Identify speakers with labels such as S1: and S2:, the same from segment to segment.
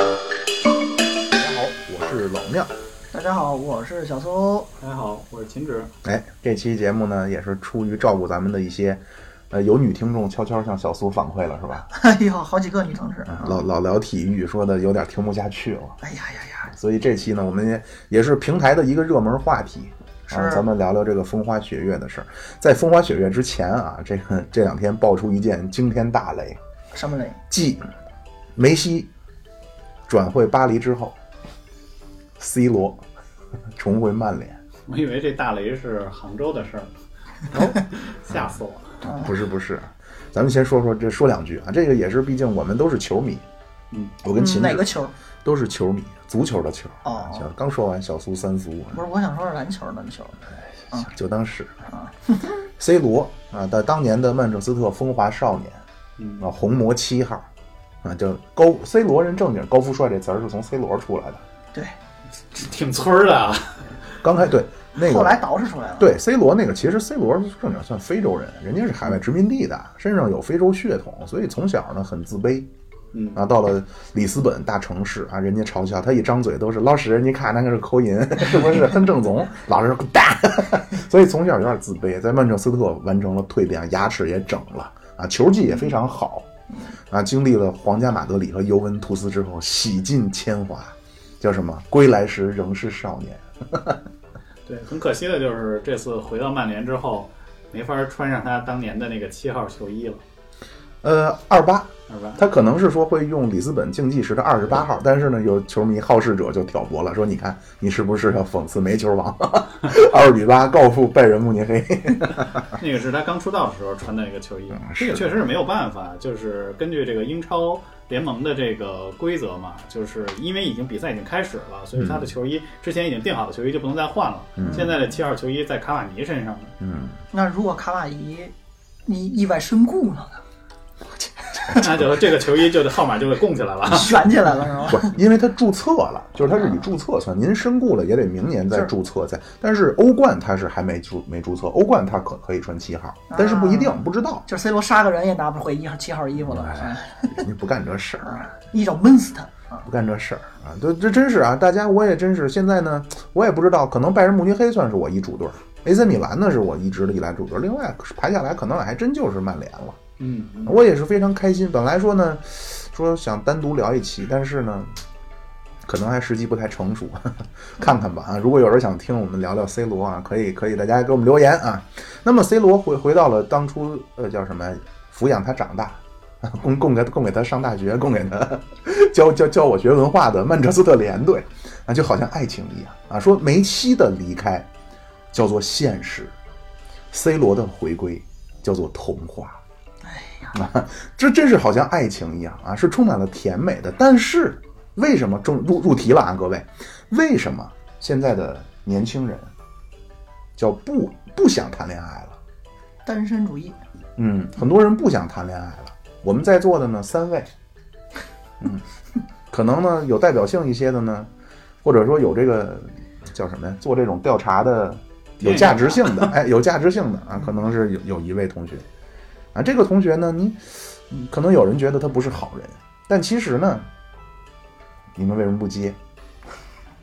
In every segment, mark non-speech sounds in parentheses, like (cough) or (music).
S1: 大家好，我是老庙。
S2: 大家好，我是小苏。 (laughs)
S3: 大家好，我是秦止。
S1: 哎，这期节目呢，也是出于照顾咱们的一些，呃，有女听众悄悄向小苏反馈了，是吧？
S2: 哎呦，好几个女同志。
S1: 啊老老聊体育，说的有点听不下去了，
S2: 哎呀呀呀，
S1: 所以这期呢，我们也也是平台的一个热门话题。啊，
S2: 是
S1: 咱们聊聊这个风花雪月的事儿。在风花雪月之前啊，这个这两天爆出一件惊天大雷，
S2: 什么雷？
S1: 继梅西转会巴黎之后，C 罗 (laughs) 重回曼联。
S3: 我以为这大雷是杭州的事儿， (laughs) 哦吓死我了。
S1: 不是不是，咱们先说说这说两句啊，这个也是，毕竟我们都是球迷。
S3: 嗯，
S1: 我跟秦
S2: 嗯、哪
S1: 志
S2: 个球？
S1: 都是球迷，足球的球。
S2: 哦
S1: 行，刚说完小苏三苏，
S2: 不是，我想说是篮球，篮球。
S1: 就当是
S2: 啊
S1: (laughs) C 罗啊，在当年的曼彻斯特风华少年
S3: 嗯，
S1: 啊，红魔七号啊，叫高 C 罗人正经高富帅这词儿是从 C 罗出来的。
S2: 对，
S1: 哎
S3: 挺村儿的啊。
S1: 刚开对那个
S2: 后来捯饬出来了。，
S1: 对 C 罗那个，其实 C 罗正经算非洲人，人家是海外殖民地的，身上有非洲血统，所以从小呢很自卑。
S3: 嗯
S1: 啊，到了里斯本大城市啊，人家嘲笑他一张嘴都是老师，你看那个是口音，是不是很正宗？老师说滚蛋， (laughs) 所以从小有点自卑，在曼彻斯特完成了蜕变，牙齿也整了啊，球技也非常好啊，经历了皇家马德里和尤文图斯之后，洗尽铅华，叫什么？归来时仍是少年。
S3: 对，很可惜的就是这次回到曼联之后，没法穿上他当年的那个七号球衣了，
S1: 呃，二八
S3: 是 (laughs) 吧？
S1: 他可能是说会用里斯本竞技时的二十八号，但是呢，有球迷好事者就挑拨了，说你看你是不是要讽刺煤球王 (laughs) 二比八告负拜仁慕尼黑？
S3: 那个是他刚出道的时候穿的那个球衣，
S1: 是
S3: 这个确实是没有办法，就是根据这个英超联盟的这个规则嘛，就是因为已经比赛已经开始了，所以他的球衣之前已经定好的球衣就不能再换了。现在的七号球衣在卡瓦尼身上呢，
S1: 嗯，
S2: 那如果卡瓦伊你意外身故
S1: (laughs)
S2: 了呢？
S3: (laughs) 那就这个球衣就得号码就给供起来了。
S2: 悬起来了是吗？
S1: 不，因为他注册了，就是他是以注册算，您身故了也得明年再注册再。但是欧冠他是还没注没注册，欧冠他可可以穿七号，但是不一定不知道，
S2: 就是 C 罗杀个人也拿不回一号七号衣服了，哎
S1: 人家不干这事儿。
S2: 一脚闷死他啊！
S1: 不干这事儿啊！这这真是啊！大家我也真是现在呢，我也不知道，可能拜仁慕尼黑算是我一主队儿，AC 米兰呢是我一直的以来主队儿，另外排下来可能还真就是曼联了。
S3: 嗯，嗯
S1: 我也是非常开心，本来说呢，说想单独聊一期，但是呢，可能还时机不太成熟， (laughs) 看看吧啊！如果有人想听我们聊聊 C 罗啊，可以可以，大家给我们留言啊。那么 C 罗回回到了当初呃叫什么抚养他长大，供供给供给他上大学，供给他教教教我学文化的曼彻斯特联队啊，就好像爱情一样啊。说梅西的离开叫做现实，C 罗的回归叫做童话。这真是好像爱情一样啊，是充满了甜美的。但是为什么正入入题了啊，各位，为什么现在的年轻人叫不不想谈恋爱了？
S2: 单身主义，
S1: 嗯，很多人不想谈恋爱了。我们在座的呢三位，嗯，可能呢有代表性一些的呢，或者说有这个叫什么呀？做这种调查的有价值性的，哎，有价值性的啊，可能是有有一位同学啊，这个同学呢，你你可能有人觉得他不是好人，但其实呢，你们为什么不
S2: (laughs)
S1: 接？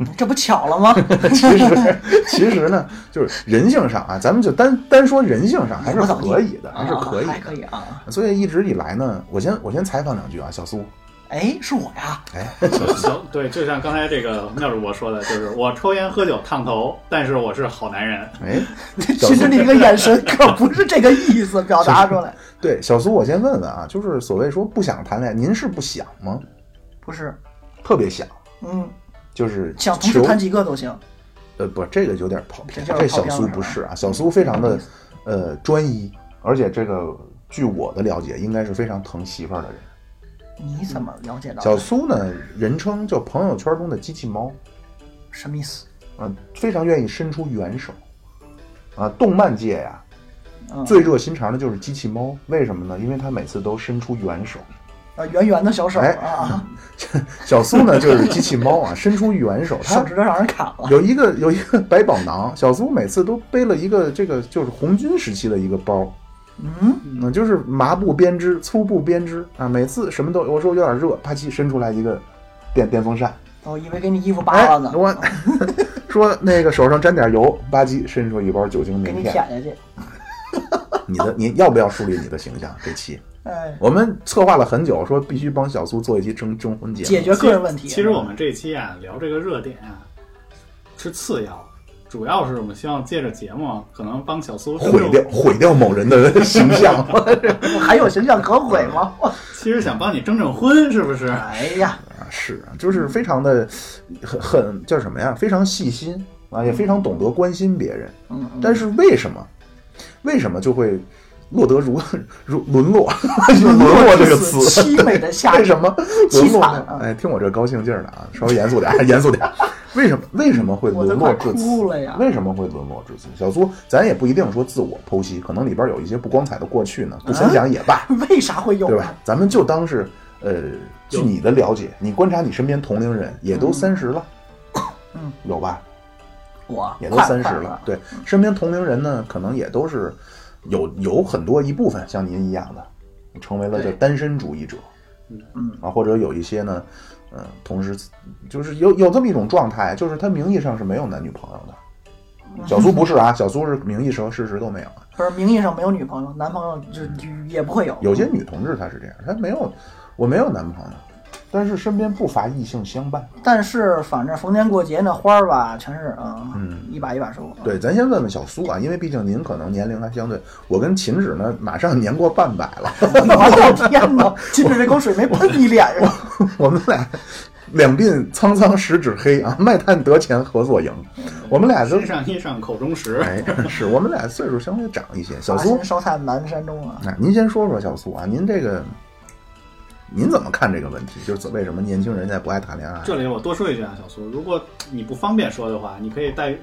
S1: 嗯
S2: 这不巧
S1: (laughs)
S2: 了吗？
S1: 其实，其实呢，就是人性上啊，咱们就单单说人性上还是
S2: 我怎么
S1: 可以的，还是
S2: 啊
S1: 可以的
S2: 还，可以啊！
S1: 所以一直以来呢，我先我先采访两句啊，小苏，
S2: 哎，是我呀，
S1: 哎，
S3: (laughs) 行，对，就像刚才这个妙主播说的，就是我抽烟喝酒烫头，但是我是好男人。
S1: 哎， (laughs) 小苏
S2: 其实，你这个眼神可不是这个意思表达
S1: (laughs)
S2: 出来，
S1: 对，小苏，我先问问啊，就是所谓说不想谈恋爱，您是不想吗？
S2: 不是，
S1: 特别想，
S2: 嗯，
S1: 就是
S2: 想同时
S1: 求
S2: 谈几个都行。
S1: 呃不，这个有点跑偏，
S2: 这
S1: 这
S2: 就是嗯跑
S1: 小
S2: 偏了
S1: 苏不是啊，小苏非常的呃专一，而且这个据我的了解，应该是非常疼媳妇儿的人。
S2: 你怎么了解到
S1: 小
S2: 的？
S1: 苏呢，人称叫朋友圈中的机器猫，
S2: 什么意思？
S1: 啊，非常愿意伸出援手，啊，动漫界呀、
S2: 嗯，
S1: 最热心肠的就是机器猫，为什么呢？因为它每次都伸出援手。
S2: 啊，圆圆的小手
S1: 哎
S2: 啊，
S1: (laughs) 小苏呢，就是机器猫啊，伸出援手，它
S2: 手指头让人砍了。
S1: 有一个有一个百宝囊，小苏每次都背了一个这个就是红军时期的一个包，
S2: 嗯，
S1: 嗯，就是麻布编织、粗布编织啊，每次什么都有我说有点热，啪叽伸出来一个电电风
S2: 哦
S1: 扇，
S2: 我以为给你衣服扒了呢
S1: 哎，我 (laughs) 说那个手上沾点油，吧唧伸出一包酒精
S2: 给
S1: 棉
S2: 你
S1: 片
S2: 舔。下去。
S1: 你的你要不要树立你的形象？这期
S2: 哎，
S1: 我们策划了很久，说必须帮小苏做一期征征婚节
S2: 解
S1: 目。
S2: 决个人问题。
S3: 其实我们这期啊聊这个热点啊是次要，主要是我们希望借着节目可能帮小苏
S1: 毁
S2: (laughs)
S1: 掉。毁掉某人的 (laughs) 形象，
S2: 我 (laughs) 还有形象可毁吗？
S3: 其实想帮你征征婚，是不是？
S2: 哎呀，
S1: 啊是啊，就是非常的很很叫什么呀？非常细心啊，也非常懂得关心别人。
S2: 嗯，嗯
S1: 但是为什么，为什么就会落得如 (laughs) 如沦
S2: (laughs)
S1: 落？用沦落这个词，
S2: 凄美的
S1: (laughs)
S2: 下
S1: 为
S2: 场
S1: 什么沦落
S2: 凄惨
S1: 呢
S2: 啊？
S1: 哎，听我这高兴劲儿的啊，稍微严肃点 (laughs) 儿，严肃点儿。为什么为什么会
S2: 我都
S1: 沦落
S2: 快
S1: 至此
S2: 哭了呀？
S1: 为什么会沦落至此？小苏，咱也不一定说自我剖析，可能里边有一些不光彩的过去呢，不想讲也罢，
S2: 嗯为啥会啊有啊
S1: 对吧
S2: 呢？？
S1: 咱们就当是呃，据
S3: 有
S1: 你的了解，你观察你身边同龄人也都
S2: 嗯
S1: 三十了，
S2: 嗯，
S1: 有吧？
S2: 我
S1: 也都
S2: 快
S1: 三十
S2: 快
S1: 了，对，身边同龄人呢，可能也都是有有很多一部分像您一样的，成为了这
S2: 对
S1: 单身主义者
S2: 嗯，
S1: 啊，或者有一些呢，嗯、同时就是有有这么一种状态，就是他名义上是没有男女朋友的。
S2: 嗯
S1: 小苏不是啊，小苏是名义上事实都没有啊。
S2: 不是名义上没有女朋友，男朋友就就也不会有。
S1: 嗯有些女同志她是这样，她没有，我没有男朋友，但是身边不乏异性相伴。
S2: 但是反正逢年过节那花儿吧，全是啊，
S1: 嗯，
S2: 一把一把收。
S1: 对，咱先问问小苏啊，因为毕竟您可能年龄还相对，我跟秦止呢马上年过半百了，
S2: (laughs) 我的天哪！今天这口水没喷你脸上，
S1: (laughs) 我们俩两鬓苍苍十指黑啊，卖炭得钱何所营？我们俩都
S3: 身上衣裳口中食，
S1: 哎，是我们俩岁数相对长一些。小
S2: 拔
S1: 苏
S2: 心，烧炭南山中啊！
S1: 哎，您先说说小苏啊，您这个您怎么看这个问题？就是为什么年轻人现在不爱谈恋爱？
S3: 这里我多说一句啊，小苏，如果你不方便说的话，你可以带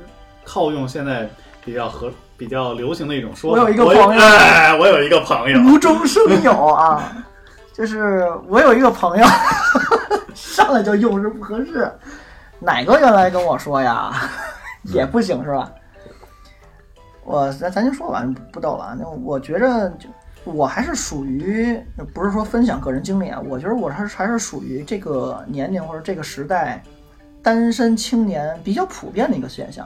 S3: 套用现在比较合、比较流行的一种说法。
S2: 我有一个
S3: 有
S2: 朋友嗯
S3: 哎，我有一个朋友，
S2: 无中生有啊！就是我有一个朋友， (laughs) 上来就用是不合适，哪个原来跟我说呀， (laughs) 也不行是吧？我咱咱先说完，不逗了啊。那我觉着就我还是属于，不是说分享个人经历啊，我觉得我还是还是属于这个年龄或者这个时代，单身青年比较普遍的一个现象。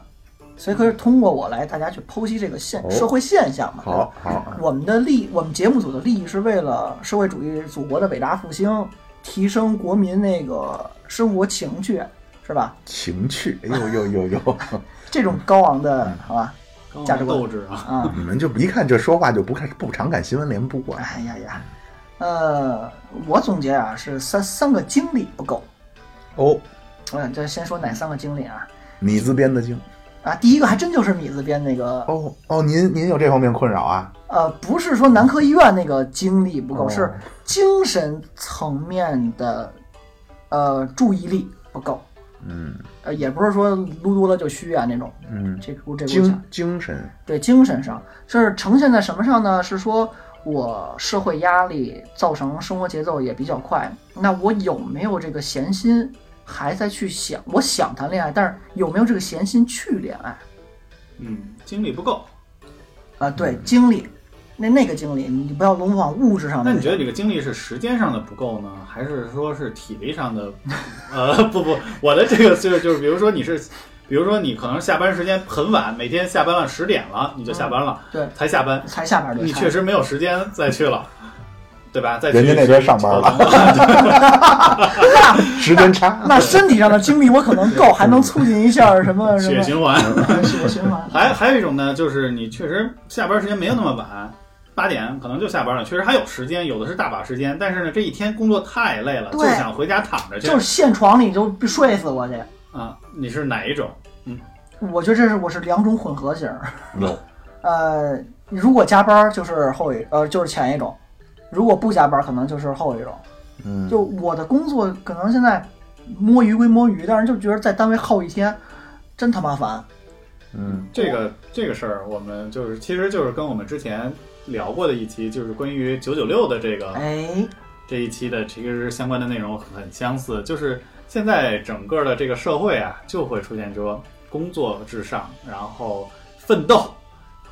S2: 所以可以通过我来大家去剖析这个现
S1: 哦
S2: 社会现象嘛。对吧
S1: 好好，
S2: 我们的利，我们节目组的利益是为了社会主义祖国的伟大复兴，提升国民那个生活情趣，是吧？
S1: 情趣，哎呦呦呦呦，
S2: 这种高昂的，好吧？
S3: 刚
S2: 价
S3: 好
S2: 值观
S3: 斗志啊，
S2: 啊，
S1: 你们就一看这说话就不看不常看新闻联播啊。
S2: 哎呀呀，呃，我总结啊是三三个经历不够。
S1: 哦，
S2: 嗯，这先说哪三个经历啊？
S1: 米字边的经。
S2: 啊，第一个还真就是米字边那个，
S1: 哦哦，您您有这方面困扰啊？
S2: 呃，不是说男科医院那个经历不够，
S1: 哦
S2: 是精神层面的，呃，注意力不够。
S1: 嗯
S2: 呃，也不是说撸多了就虚啊那种，
S1: 嗯，
S2: 这不这不
S1: 精
S2: 讲，
S1: 精神
S2: 对精神上，这是呈现在什么上呢？是说我社会压力造成生活节奏也比较快，那我有没有这个闲心，还在去想我想谈恋爱，但是有没有这个闲心去恋爱？
S3: 嗯，精力不够。
S2: 啊，对，
S3: 嗯
S2: 精力，那那个精力，你不要拢往物质
S1: 嗯
S2: 上
S3: 那
S2: 面。
S3: 你觉得这个精力是时间上的不够呢，还是说是体力上的？ (laughs) 呃，不不，我的这个就是就是，比如说你是，比如说你可能下班时间很晚，每天下班了十点了你就下班了，
S2: 对，
S3: 才下班，
S2: 才下班就
S3: 你
S2: 才
S3: 确实没有时间再去了，对吧？再去
S1: 人家那边上班
S3: 了，
S1: 时间差。
S2: 那身体上的精力我可能够，还能促进一下什么什
S1: (laughs)
S3: 血
S2: 么
S3: 循环。
S2: 啊血循环。
S3: 还还有一种呢，就是你确实下班时间没有那么晚，八点可能就下班了，确实还有时间，有的是大把时间，但是呢，这一天工作太累了，
S2: 对
S3: 就想回家躺着去。
S2: 就是现床里就睡死我去。
S3: 啊，你是哪一种？
S2: 我觉得这是我是两种混合型儿。
S1: 有
S2: (laughs) 呃，如果加班儿就是后一呃就是前一种，如果不加班儿可能就是后一种。
S1: 嗯，
S2: 就我的工作可能现在摸鱼归摸鱼，但是就觉得在单位耗一天，真他妈烦。
S1: 嗯
S3: 这
S2: 啊
S3: 个这个事儿，我们就是其实就是跟我们之前聊过的一期，就是关于九九六的这个
S2: 哎，
S3: 这一期的其实相关的内容很相似，就是现在整个的这个社会啊，就会出现说工作至上，然后奋斗，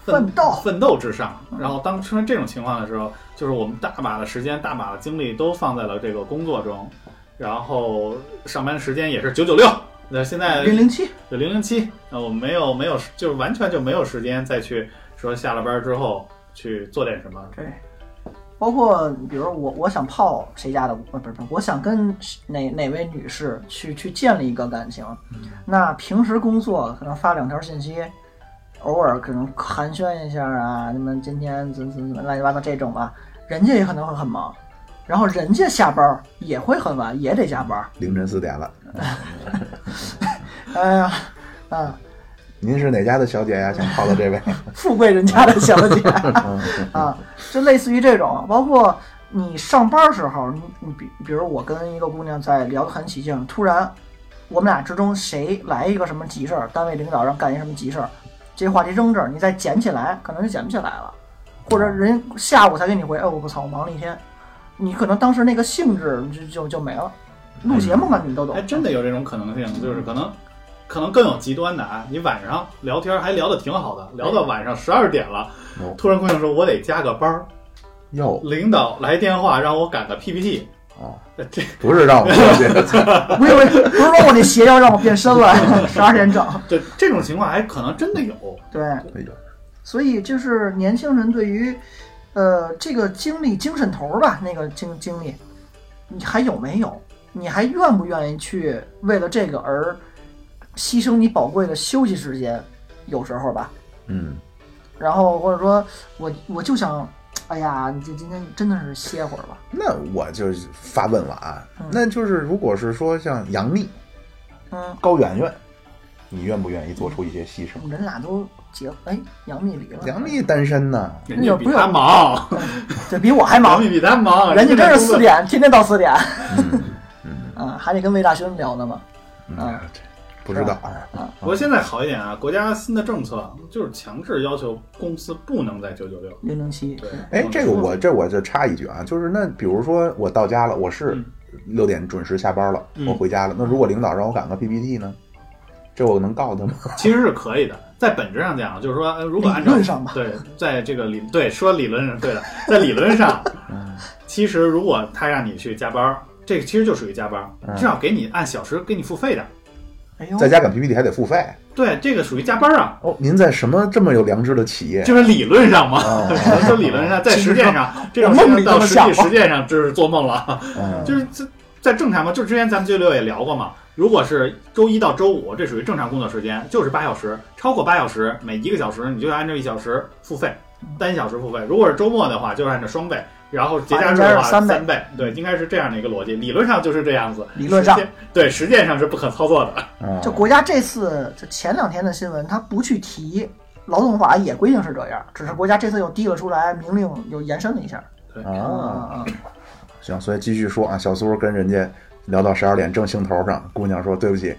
S2: 奋斗
S3: 奋斗之上。然后当出现这种情况的时候，就是我们大把的时间、大把的精力都放在了这个工作中，然后上班时间也是九九六。那现在
S2: 零零七，
S3: 就零零七，那我们没有没有，就是完全就没有时间再去说下了班之后去做点什么。
S2: 对，包括比如我我想泡谁家的，呃，不是不是，我想跟哪哪位女士去去建立一个感情，那平时工作可能发两条信息，偶尔可能寒暄一下啊，你们今天怎么怎么怎么乱七八糟这种吧，人家也可能会很忙。然后人家下班儿也会很晚，也得加班儿。
S1: 凌晨四点了，
S2: 哎呀，啊，
S1: 您是哪家的小姐 (laughs) 呀？想泡到这位，
S2: 富贵人家的小姐啊，就类似于这种，包括你上班时候，你你比比如我跟一个姑娘在聊得很起劲，突然我们俩之中谁来一个什么急事儿，单位领导让干一什么急事儿，这话题扔这儿，你再捡起来，可能就捡不起来了，或者人下午才给你回，哎我操，我忙了一天，你可能当时那个性质就就就没了。录节目嘛，你都懂
S3: 还，真的有哎这种可能性，就是可能可能更有极端的啊！你晚上聊天还聊得挺好的，聊到晚上十二点了
S1: 哦，
S3: 突然姑娘说我得加个班儿，
S1: 哟
S3: 领导来电话让我赶个 PPT，
S1: 哦，
S3: 这
S1: 不是让我 (laughs) 泡的，
S2: 不是不是不是说我这鞋要让我变身了，十二点整，
S3: 这这种情况还可能真的有。
S2: 对。
S1: 哎呦，
S2: 所以就是年轻人对于，呃，这个精力、精神头儿吧，那个精精力，你还有没有？你还愿不愿意去为了这个而牺牲你宝贵的休息时间？有时候吧，
S1: 嗯，
S2: 然后或者说我我就想，哎呀，你这今天真的是歇会儿吧。
S1: 那我就发问了啊
S2: 嗯，
S1: 那就是如果是说像杨幂、
S2: 嗯，
S1: 高圆圆，你愿不愿意做出一些牺牲？
S2: 人俩都结，哎，杨幂离了，
S1: 杨幂单身呢，
S3: 人家比他忙，
S2: 对比我还
S3: 杨
S2: 忙，
S3: 幂比他忙，
S2: 人家真是四
S3: 工作
S2: 点，天天到四点，
S1: (laughs) 嗯嗯
S2: 啊，还得跟魏大勋聊呢嘛。
S1: 嗯
S2: 啊，
S1: 这不知道啊，
S3: 不过现在好一点啊，国家新的政策就是强制要求公司不能在九九六。
S2: 零零七，
S3: 对，
S1: 哎，这个我这我就插一句啊，就是那比如说我到家了，我是
S3: 嗯
S1: 六点准时下班了，
S3: 嗯
S1: 我回家了。那如果领导让我赶个 PPT 呢？这我能告他吗？
S3: 其实是可以的，在本质上讲，就是说，呃如果按照
S2: 理论上吧
S3: (laughs) 对，在这个理对说理论上对的，在理论上，其实如果他让你去加班儿，这个其实就属于加班儿，
S1: 嗯
S3: 至少给你按小时给你付费的。
S2: 哎呦，
S1: 在家赶 PPT 还得付费
S3: 对，这个属于加班儿啊，
S1: 哦。您在什么这么有良知的企业？
S3: 就是理论上嘛，
S1: 哦
S3: 只能说理论上，在实践上，这种
S2: 我
S3: 事
S2: 梦里
S3: 情到
S2: 都
S3: 实
S2: 想
S3: 际实践上就是做梦了。
S1: 嗯，
S3: 就是这在正常嘛，就之前咱们九六也聊过嘛。如果是周一到周五，这属于正常工作时间，就是八小时，超过八小时，每一个小时你就按照一小时付费，单小时付费。如果是周末的话，就是按照双倍，然后节假
S2: 反
S3: 日
S2: 正
S3: 的
S2: 加
S3: 话
S2: 上三倍
S3: 倍，对，应该是这样的一个逻辑，理论上就是这样子。
S2: 理论上
S3: 实践对，实践上是不可操作的。
S1: 嗯
S2: 就国家这次就前两天的新闻，他不去提劳动法也规定是这样，只是国家这次又提了出来，明令又延伸了一下。
S1: 啊，
S2: 嗯嗯嗯，
S1: 行，所以继续说啊，小苏跟人家聊到十二点正兴头上，姑娘说对不起，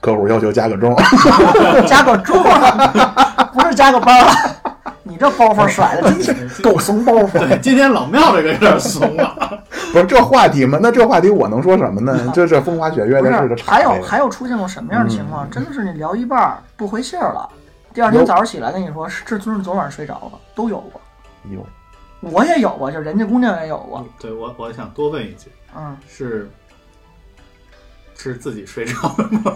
S1: 客户要求加个钟， (laughs)
S2: 嗯加个桌儿， (laughs) 不是加个包儿。你这包袱甩的真是够怂包
S3: 对，
S2: 袱。
S3: 今天老庙这个有点怂 (laughs) 了。
S1: 不是这话题吗？那这话题我能说什么
S2: (laughs)
S1: 呢？这这风花雪月
S2: 不
S1: 的事
S2: 是
S1: 就，岔
S2: 还
S1: 开
S2: 有
S1: 了
S2: 还有出现过什么样的情况？真的是你聊一半儿不回信儿了，第二天
S1: 有
S2: 早上起来跟你说，是这真是昨晚睡着了，都有过。
S1: 哟，
S2: 我也有过，就人家姑娘也有过。
S3: 对我，我想多问一句，
S2: 嗯
S3: 是是自己睡着了吗？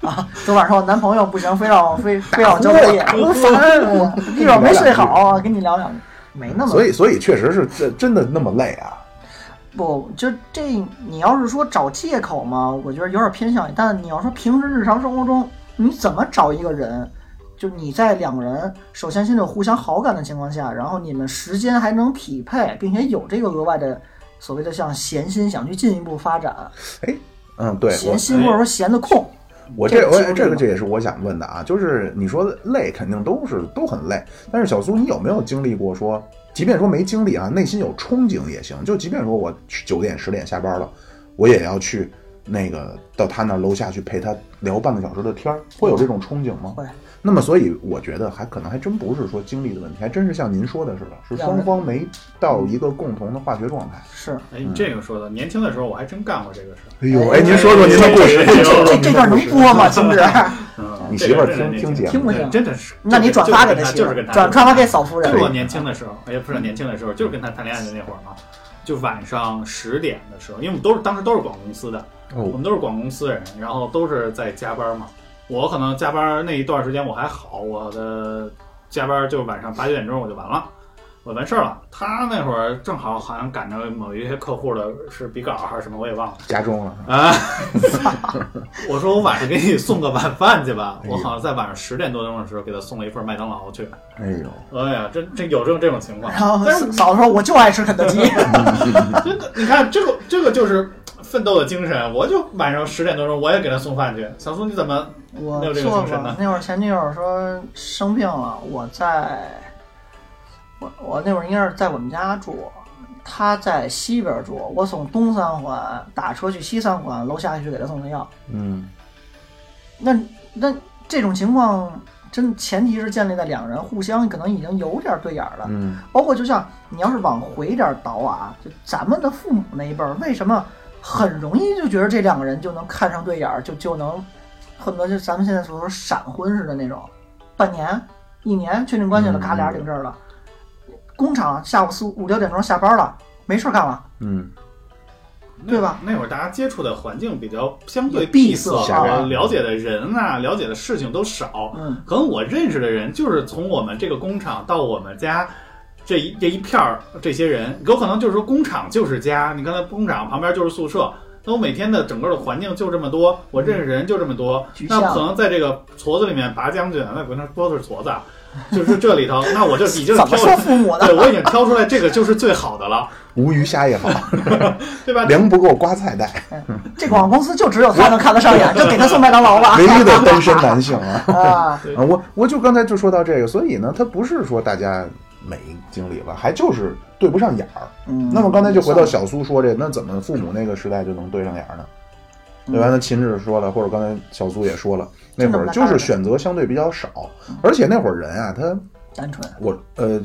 S2: 啊，昨晚上我男朋友不行，非让我非非让我交作业。
S1: 我 (laughs) 烦我
S2: 一会儿没睡好，啊跟你聊两句，没那么。
S1: 所以所以确实是这真的那么累啊？
S2: 不就这，你要是说找借口嘛，我觉得有点偏向。但你要说平时日常生活中，你怎么找一个人？就你在两个人首先先有互相好感的情况下，然后你们时间还能匹配，并且有这个额外的所谓的像闲心想去进一步发展，
S1: 哎，嗯，对我
S2: 闲心或者说闲得空，
S1: 我这我
S2: 这个
S1: 这个
S2: 这
S1: 这也是我想问的啊，就是你说累肯定都是都很累，但是小苏你有没有经历过说，即便说没经历啊，内心有憧憬也行，就即便说我九点十点下班了，我也要去那个到他那楼下去陪他聊半个小时的天儿，会有这种憧憬吗？
S2: 会。
S1: 那么所以我觉得还可能还真不是说经历的问题，还真是像您说的似的，是双方没到一个共同的化学状态。
S2: 是
S3: 哎，你这个说的，年轻的时候我还真干过这个事儿。
S1: 哎
S2: 呦
S1: 呦，
S2: 哎
S1: 哎，您说说您的故事，
S3: 哎
S1: 您说说
S2: 这
S1: 您的
S2: 这段
S1: 故
S2: 能
S1: 事
S2: 播吗？金志，
S3: 嗯，
S1: 你媳妇儿
S3: 这个
S1: 听
S3: 人
S1: 听节
S2: 听
S1: 目
S2: 不，听？
S3: 真的是，
S2: 那你转发给他媳
S3: 就
S2: 妇儿
S3: 是跟，他，
S2: 转转发给嫂夫
S3: 就是我
S2: 人。
S3: 年轻的时候，哎也不是年轻的时候，就是跟他谈恋爱的那会儿嘛，啊就晚上十点的时候，因为我们都是当时都是广告公司的，我
S1: 哦，
S3: 们都是广告公司人，然后都是在加班嘛。我可能加班那一段时间我还好，我的加班就晚上八九点钟我就完了，我完事儿了。他那会儿正好好像赶着某一些客户的是比稿还是什么，我也忘了。
S1: 家中了，
S3: 啊！ (laughs) 我说我晚上给你送个晚饭去吧。
S2: 哎
S3: 我好像在晚上十点多钟的时候给他送了一份麦当劳去。
S1: 哎呦，
S3: 哎呀，这这有这种这种情况，
S2: (laughs) 然后嫂子说：“我就爱吃肯德基。
S3: 这个你看，这个这个就是奋斗的精神。啊我就晚上十点多钟我也给他送饭去。小苏你怎么？”
S2: (laughs) 我
S3: 那有这个
S2: 做
S3: 精神
S2: 过
S3: 呢，
S2: 那会儿前女友说生病了，我在，我我那会儿应该是在我们家住，她在西边住，我从东三环打车去西三环，楼下去给她送的药。
S1: 嗯，
S2: 那那这种情况，真前提是建立在两人互相可能已经有点对眼儿了。
S1: 嗯，
S2: 包括就像你要是往回点儿倒啊，就咱们的父母那一辈儿，为什么很容易就觉得这两个人就能看上对眼儿，就就能恨不得就咱们现在所说闪婚似的那种，半年、一年确定关系了，
S1: 嗯
S2: 嘎俩人领证了。工厂下午四五五六点钟下班了，没事儿干了，
S1: 嗯，
S2: 对吧？
S3: 那会儿大家接触的环境比较相对
S2: 也闭
S3: 闭
S2: 塞
S3: 塞，
S2: 啊
S3: 了解的人啊，了解的事情都少。
S2: 嗯，
S3: 可能我认识的人就是从我们这个工厂到我们家。这一这一片儿这些人，有可能就是说工厂就是家，你刚才工厂旁边就是宿舍，那我每天的整个的环境就这么多，我认识人就这么多，
S2: 嗯局限
S3: 那
S2: 了
S3: 可能在这个矬子里面拔将军，那不能说是矬子，啊，就是这
S2: (laughs)
S3: 里头，那我就已经
S2: 怎么
S3: 挑出
S2: 说，父母
S3: (laughs)
S2: 呢？
S3: 对我已经挑出来这个就是最好的了，
S1: 无鱼虾也好，
S2: (laughs)
S3: 对吧？
S1: 粮不够刮菜带，
S2: 这广告公司就只有他能看得上眼，就给他送麦当劳吧。
S1: 唯一的单身男性啊。
S2: 啊，
S3: 对
S1: 啊，我我就刚才就说到这个，所以呢，他不是说大家没经历了，还就是对不上眼儿。
S2: 嗯
S1: 那么刚才就回到小苏说这，那怎么父母那个时代就能对上眼儿呢？对吧？那秦志说了，或者刚才小苏也说了，那会儿就是选择相对比较少，而且那会儿人啊，他
S2: 单纯，
S1: 我呃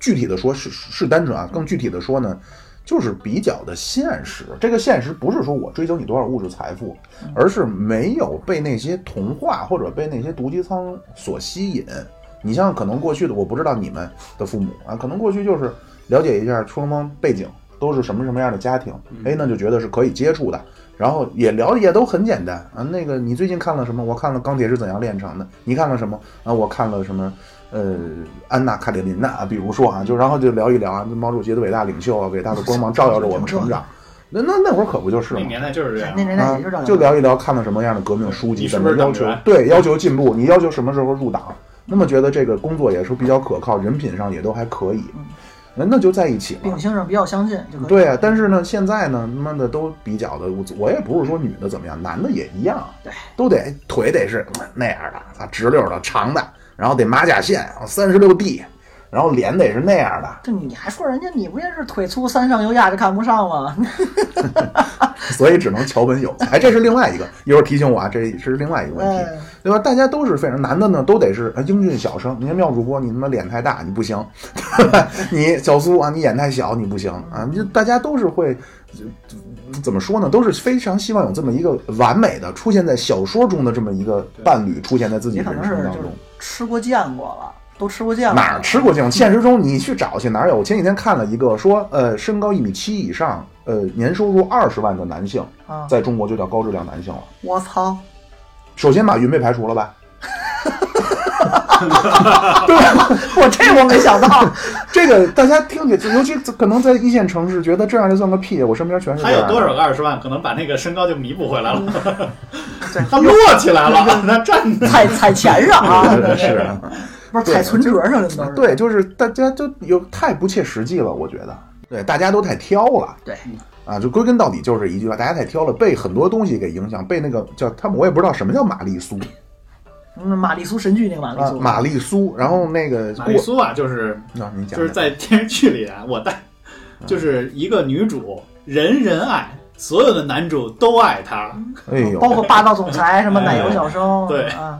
S1: 具体的说是是单纯啊，更具体的说呢，就是比较的现实。这个现实不是说我追求你多少物质财富，而是没有被那些童话或者被那些毒鸡汤所吸引。你像可能过去的，我不知道你们的父母啊，可能过去就是了解一下双方背景都是什么什么样的家庭，
S3: 嗯
S1: 哎，那就觉得是可以接触的。然后也了解都很简单啊，那个你最近看了什么？我看了《钢铁是怎样炼成的》，你看了什么？啊，我看了什么？呃，安娜·卡列尼娜，啊比如说啊，
S3: 嗯
S1: 就然后就聊一聊啊，毛主席的伟大领袖啊，伟大的光芒照耀着我们成长。那那那会儿可不就是
S3: 嗯那
S1: 吗？
S3: 年代就是这样
S2: 那，年代
S1: 啊
S2: 也就这，样。
S1: 就聊一聊看了什么样的革命书籍，
S3: 你是
S1: 怎
S3: 不
S1: 么
S3: 是
S1: 要
S3: 党
S1: 求
S3: 员
S1: 对要求进步，你要求什么时候入党，那么觉得这个工作也是比较可靠，人品上也都还可以，
S2: 嗯
S1: 那那就在一起了
S2: 秉。性上比较相近就可以。
S1: 对啊，但是呢，现在呢，他妈的都比较的，我我也不是说女的怎么样，男的也一样，
S2: 对，
S1: 都得腿得是嗯那样的，啊，直溜的、长的，然后得马甲线，三十六 D，然后脸得是那样的，
S2: 这你还说人家你不也是腿粗三上优雅就看不上吗？
S1: 所以只能桥本有菜。哎，这是另外一个，一会儿提醒我啊，这是另外一个问
S2: (laughs)
S1: 题，
S2: 嗯
S1: 对吧？大家都是非常男的呢，都得是啊英俊小生。你看妙主播，你他妈脸太大，你不行； (laughs) 你小苏啊，你眼太小，你不行啊。就大家都是会。呃怎么说呢？都是非常希望有这么一个完美的出现在小说中的这么一个伴侣出现在自己
S2: 也
S1: 人
S2: 可能
S1: 生
S2: 是
S1: 当
S2: 就
S1: 中
S2: 是。吃过见过了，都吃过见过了。
S1: 哪儿吃过这种？现实中你去找去哪儿有？我前几天看了一个说，呃，身高一米七以上，呃，年收入二十万的男性，
S2: 啊？
S1: 在中国就叫高质量男性了。
S2: 我操！
S1: 首先，马云被排除了
S2: (laughs)
S1: 吧？
S2: 我这我没想到，
S1: 这个大家听起，尤其可能在一线城市，觉得这样就算个屁。我身边全是这
S3: 还
S1: 样
S3: 有
S1: 的
S3: 多少个二十万，可能把那个身高就弥补回来了。
S2: 嗯对
S3: (laughs) 他落起来
S2: (laughs)
S3: 了，那站着。
S2: 踩踩钱上啊，
S1: 是是啊，
S2: 不是踩存折上的都是。
S1: 对，就是大家就有太不切实际了，我觉得，对，大家都太挑了。
S2: 对，
S1: 啊，就归根到底就是一句话，大家太挑了，被很多东西给影响，被那个叫他们，我也不知道什么叫玛丽苏
S2: 嗯，玛丽苏神剧那个玛丽
S1: 啊，
S2: 苏，
S1: 玛丽苏，然后那个
S3: 玛丽苏啊，就是
S1: 啊，您讲嗯
S3: 就是在电视剧里啊，我带就是一个女主，人人爱，所有的男主都爱她。
S1: 哎呦，
S2: 啊包括霸道总裁什么
S1: 哎
S2: 奶油小生，
S3: 对
S2: 啊，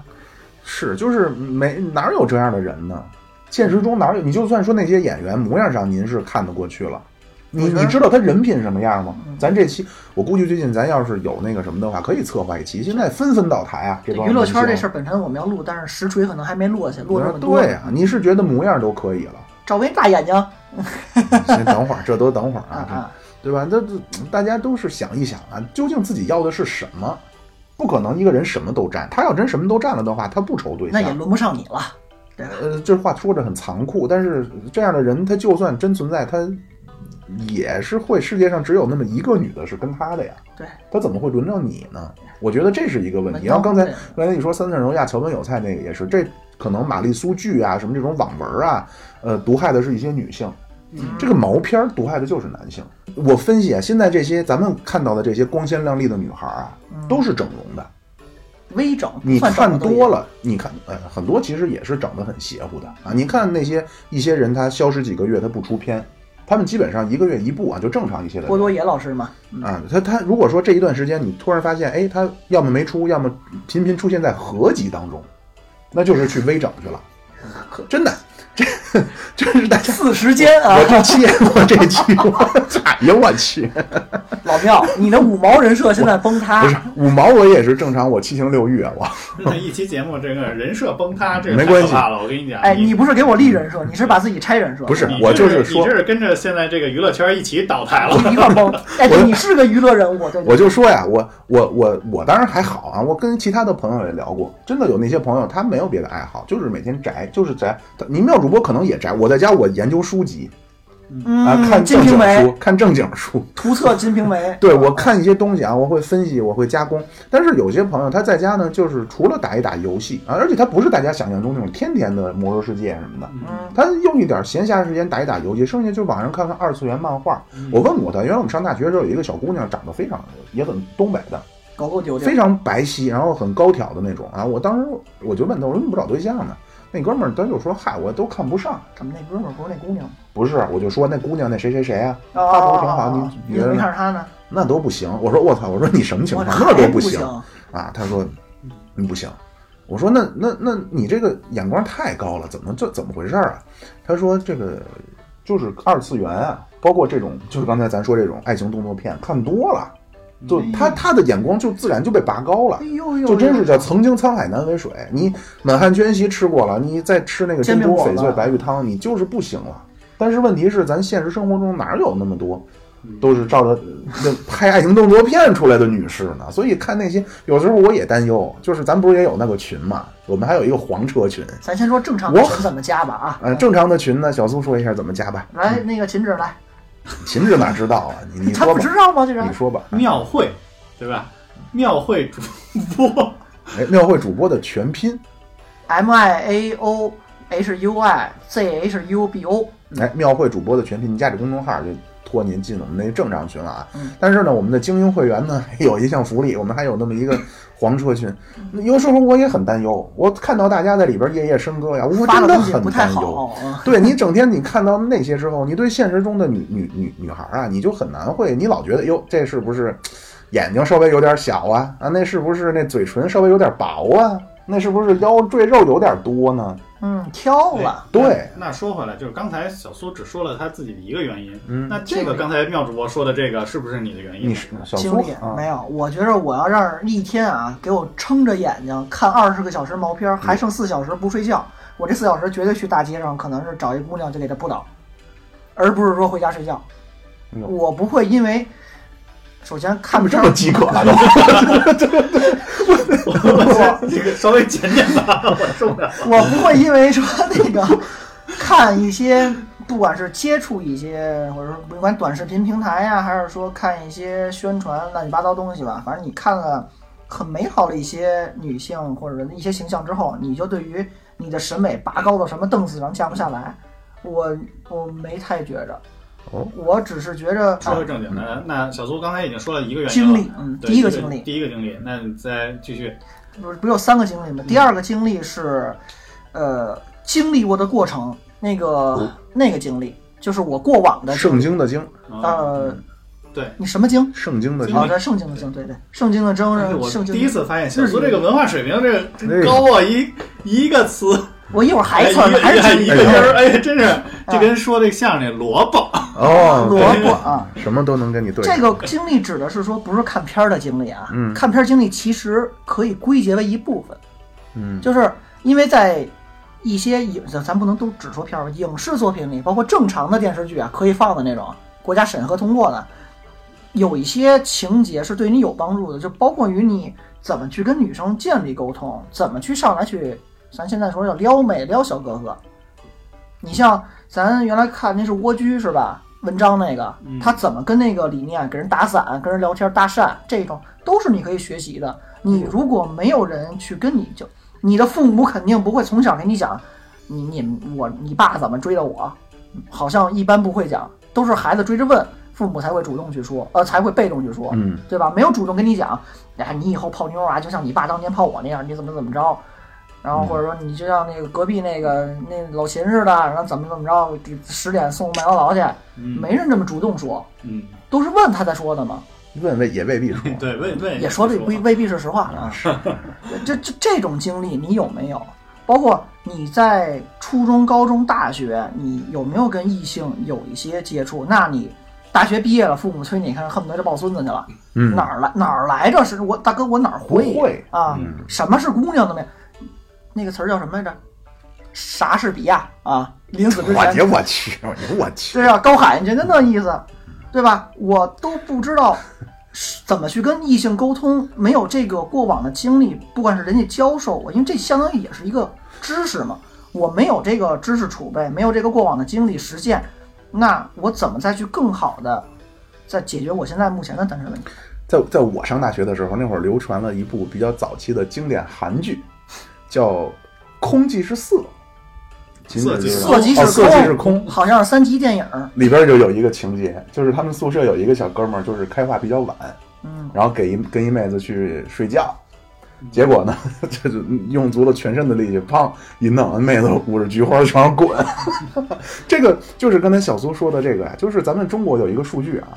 S1: 是，就是没哪有这样的人呢？现实中哪有？你就算说那些演员模样上您是看得过去了，你
S2: 我觉得嗯
S1: 你知道他人品什么样吗？咱这期我估计最近咱要是有那个什么的话，可以策划一期。现在纷纷倒台啊，这帮
S2: 娱乐圈
S1: 明
S2: 这
S1: 星
S2: 事儿本身我们要录，但是实锤可能还没录下去，录这么多。
S1: 对啊，你是觉得模样都可
S2: (laughs)
S1: 以了。
S2: 赵薇大眼睛啊
S1: 先等会儿，这都等会儿啊，这
S2: 啊，
S1: 对吧？这这大家都是想一想啊，究竟自己要的是什么？不可能一个人什么都占，他要真什么都占了的话，他不愁对
S2: 那也
S1: 象。
S2: 轮不上你了。
S1: 呃， (laughs) 这话说着很残酷，但是这样的人，他就算真存在，他也是会世界上只有那么一个女的是跟他的呀。
S2: 对，
S1: 他怎么会轮到你呢？我觉得这是一个问题。
S2: 文
S1: 然后刚
S2: 章
S1: 才
S2: 对
S1: 刚才你说三色荣亚、桥本有菜那个也是，这可能玛丽苏剧啊，什么这种网文啊，呃，毒害的是一些女性。
S3: 嗯
S1: 这个毛片儿毒害的就是男性。我分析啊，现在这些咱们看到的这些光鲜亮丽的女孩儿啊，
S2: 嗯
S1: 都是整容的。
S2: 微整，
S1: 你
S2: 算整
S1: 看
S2: 的都
S1: 多
S2: 有，
S1: 了，你看，呃，很多其实也是长得很邪乎的啊。你看那些一些人，他消失几个月，他不出片，他们基本上一个月一部啊，就正常一些的
S2: 波多野老师嘛，嗯
S1: 啊。他他如果说这一段时间你突然发现，哎，他要么没出，要么频频出现在合集当中，那就是去微整去了，真的，这这是大家。
S2: 四时间啊 (laughs)
S1: 我，这期，我这期，我操！哎呦我去！
S2: 老庙，你的五毛人设现在崩塌
S1: 不，是五毛，我也是正常，我七情六欲啊，我
S3: (laughs) 那一期节目这个人设崩塌，这个
S1: 没
S3: 太
S1: 关
S3: 可
S1: 系
S3: 怕了。我跟你讲，
S2: 哎，你不是给我立人设，你是把自己拆人设，
S1: 嗯不是
S3: 你
S1: 我
S3: 这
S1: 就是
S3: 你
S1: 说
S3: 这是跟着现在这个娱乐圈一起倒
S1: (laughs)
S3: 台了。
S2: 一块崩。哎，对你是个娱乐人物，对
S1: 我
S2: 对，
S1: 就说呀，我我我我当然还好啊，我跟其他的朋友也聊过，真的有那些朋友他没有别的爱好，就是每天宅，就是宅。他你妙主播可能也宅，我在家我研究书籍啊，
S2: 嗯，
S1: 看
S2: 《金
S1: 正
S2: 瓶
S1: 经
S2: 梅
S1: 书》，，看正经书。
S2: 图册《金瓶梅》，
S1: 对我看一些东西啊，我会分析，我会加工。但是有些朋友他在家呢，就是除了打一打游戏啊，而且他不是大家想象中那种天天的魔兽世界什么的，
S2: 嗯，
S1: 他用一点闲暇时间打一打游戏，剩下就网上看看二次元漫画。
S3: 嗯
S1: 我问过他，原来我们上大学的时候有一个小姑娘，长得非常也很东北的，
S2: 狗狗丢丢
S1: 非，常白皙，然后很高挑的那种啊。我当时我就问他，我说你怎么不找对象呢？那哥们儿他就说，嗨，我都看不上。
S2: 怎么那哥们儿不是那姑娘吗？
S1: 不是，我就说那姑娘那谁谁谁啊，
S2: 啊
S1: 发头挺好，
S2: 啊啊
S1: 你
S2: 你
S1: 觉
S2: 怎
S1: 得
S2: 么没
S1: 呢
S2: 看上他呢？
S1: 那都不行。我说我操，我说你什么情
S2: 我
S1: 况？
S2: 还
S1: 那都
S2: 不
S1: 行啊。他说嗯不行。我说那那那你这个眼光太高了，怎么这怎么回事儿啊？他说这个就是二次元啊，包括这种就是刚才咱说这种爱情动作片看多了，就他他的眼光就自然就被拔高了
S2: 哎。呦呦，
S1: 就真是
S2: 呦
S1: 叫曾经沧海难为水。你满汉全席吃过了，你再吃那个珍珠翡翠白玉汤，你就是不行了。但是问题是，咱现实生活中哪有那么多都是照着那拍爱情动作片出来的女士呢？所以看那些，有时候我也担忧，就是咱不是也有那个群嘛？我们还有一个黄车群，
S2: 咱先说正常的
S1: 我
S2: 群怎么加吧啊，
S1: 呃，正常的群呢，小苏说一下怎么加吧。 (laughs)
S2: 来那个秦止来，
S1: 秦志哪知道啊？你你
S2: 他
S1: 说
S2: 不
S1: 吧，
S2: 知道吗？这人
S1: 你说吧。
S3: 庙会，对吧？庙会主播，
S1: 哎，庙会主播的全拼，
S2: M I A O H U I Z H U B O，
S1: 哎，庙会主播的全拼，您加这公众号就拖您进我们那正常群了啊。
S2: 嗯
S1: 但是呢，我们的精英会员呢 (laughs) 有一项福利，我们还有那么
S2: (laughs)
S1: 一个黄车群。那有时候我也很担忧，我看到大家在里边夜夜笙歌呀，我
S2: 发
S1: 真
S2: 的
S1: 的
S2: 东西不
S1: 很
S2: 太
S1: 担忧。
S2: 好。 (laughs) 嗯
S1: 对你整天你看到那些之后，你对现实中的女女女女孩啊，你就很难会，你老觉得哟，这是不是眼睛稍微有点小啊？啊，那是不是那嘴唇稍微有点薄啊？那是不是腰赘肉有点多呢？
S2: 嗯，挑了，
S1: 对，
S3: 哎那说回来，就是刚才小苏只说了他自己的一个原因，
S1: 嗯
S3: 那这个刚才妙主播说的这个是不是你的原因？
S1: 你是小
S2: 经
S1: 苏
S2: 理
S1: 啊
S2: 没。有。我觉着我要让一天啊，给我撑着眼睛看二十个小时毛片儿，还剩四小时不睡觉，我这四小时绝对去大街上，可能是找一姑娘就给她扑倒，而不是说回家睡觉。
S1: 哎呦
S2: 我不会因为，首先看不
S1: 这
S2: 上
S1: 么饥渴啊了都。
S3: (laughs) 我我这个稍微剪剪吧，我受不了。
S2: 我不会因为说那
S3: (laughs)
S2: 个看一些，不管是接触一些，或者说不管短视频平台呀、还是说看一些宣传乱七八糟东西吧，反正你看了很美好的一些女性或者一些形象之后，你就对于你的审美拔高到什么凳子上下不下来，我我没太觉着
S1: 哦，
S2: 我只是觉着、啊
S3: 说回正经的，
S1: 嗯
S3: 那小苏刚才已经说了一个原因了，
S2: 经历，嗯，
S3: 对
S2: 第一个经历，
S3: 第一个经历，那你再继续，
S2: 不是不是有三个经历吗？第二个经历是，呃，经历过的过程，那个那个经历，就是我过往的
S1: 哦圣经的经，
S3: 啊，
S2: 呃，
S3: 对。
S2: 你什么经？
S1: 圣经的经
S2: 好、，的，圣经的经，对对，圣经的经
S3: 哎
S2: 是
S3: 我
S2: 嗯圣经的
S3: 第一次发现小苏这个文化水平，这个
S1: 哎
S3: 真高啊！一一个词
S2: 我一会儿还一词儿呢，啊还
S3: 哎
S2: 是
S3: 哎
S2: 吉利
S3: 一
S2: 丁
S3: 个音儿，哎，真是就跟说那相声那萝卜，
S1: 哦，
S2: 萝卜啊。
S1: 什么都能跟你对。
S2: 这个经历指的是说，不是看片儿的经历啊，
S1: 嗯
S2: 看片儿经历其实可以归结为一部分，
S1: 嗯，
S2: 就是因为在一些影，咱咱不能都只说片儿吧，影视作品里，包括正常的电视剧啊，可以放的那种国家审核通过的，有一些情节是对你有帮助的，就包括于你怎么去跟女生建立沟通，怎么去上来去，咱现在说叫撩妹、撩小哥哥。你像咱原来看那是蜗居是吧？文章那个，他怎么跟那个理念给人打伞、跟人聊天搭讪，这种都是你可以学习的。你如果没有人去跟你就，你的父母肯定不会从小给你讲，你你我你爸怎么追的我，好像一般不会讲，都是孩子追着问，父母才会主动去说，呃，才会被动去说。
S1: 嗯
S2: 对吧？没有主动跟你讲，哎，你以后泡妞啊，就像你爸当年泡我那样，你怎么怎么着，然后或者说你就像那个隔壁那个那老秦似的，然后怎么怎么着，给十点送麦当劳去，
S3: 嗯
S2: 没人这么主动说，
S3: 嗯，
S2: 都是问他才说的嘛，
S1: 问问也未必说。
S3: 对，问问
S2: 也说
S3: 这
S2: 这未未必是实话啊。 (laughs) 这这这种经历你有没有？包括你在初中、高中、大学，你有没有跟异性有一些接触？那你大学毕业了，父母催你，看恨不得就抱孙子去了。
S1: 嗯
S2: 哪儿来哪儿来着？是我大哥，我哪儿会
S1: 不会
S2: 啊
S1: 嗯？
S2: 什么是姑娘都没有，那个词儿叫什么来着？莎士比亚啊，临死之
S1: 我去
S2: 前，
S1: 我去，我去，我去
S2: 这。要高喊一句，就那意思，对吧？我都不知道是怎么去跟异性沟通，没有这个过往的经历，不管是人家教授我，因为这相当于也是一个知识嘛，我没有这个知识储备，没有这个过往的经历实践，那我怎么再去更好的再解决我现在目前的单身问题？
S1: 在在我上大学的时候，那会儿流传了一部比较早期的经典韩剧，叫《空即是色》，仅仅就是
S2: 色即是
S1: 哦
S2: 空，
S1: 色即是空。
S2: 好像是三级电影。
S1: 里边就有一个情节，就是他们宿舍有一个小哥们儿，就是开化比较晚，
S2: 嗯，
S1: 然后给一跟一妹子去睡觉，结果呢， (laughs) 就是用足了全身的力气，砰一弄，妹子捂着菊花儿床上滚。 (laughs) 这个就是刚才小苏说的这个呀，就是咱们中国有一个数据啊，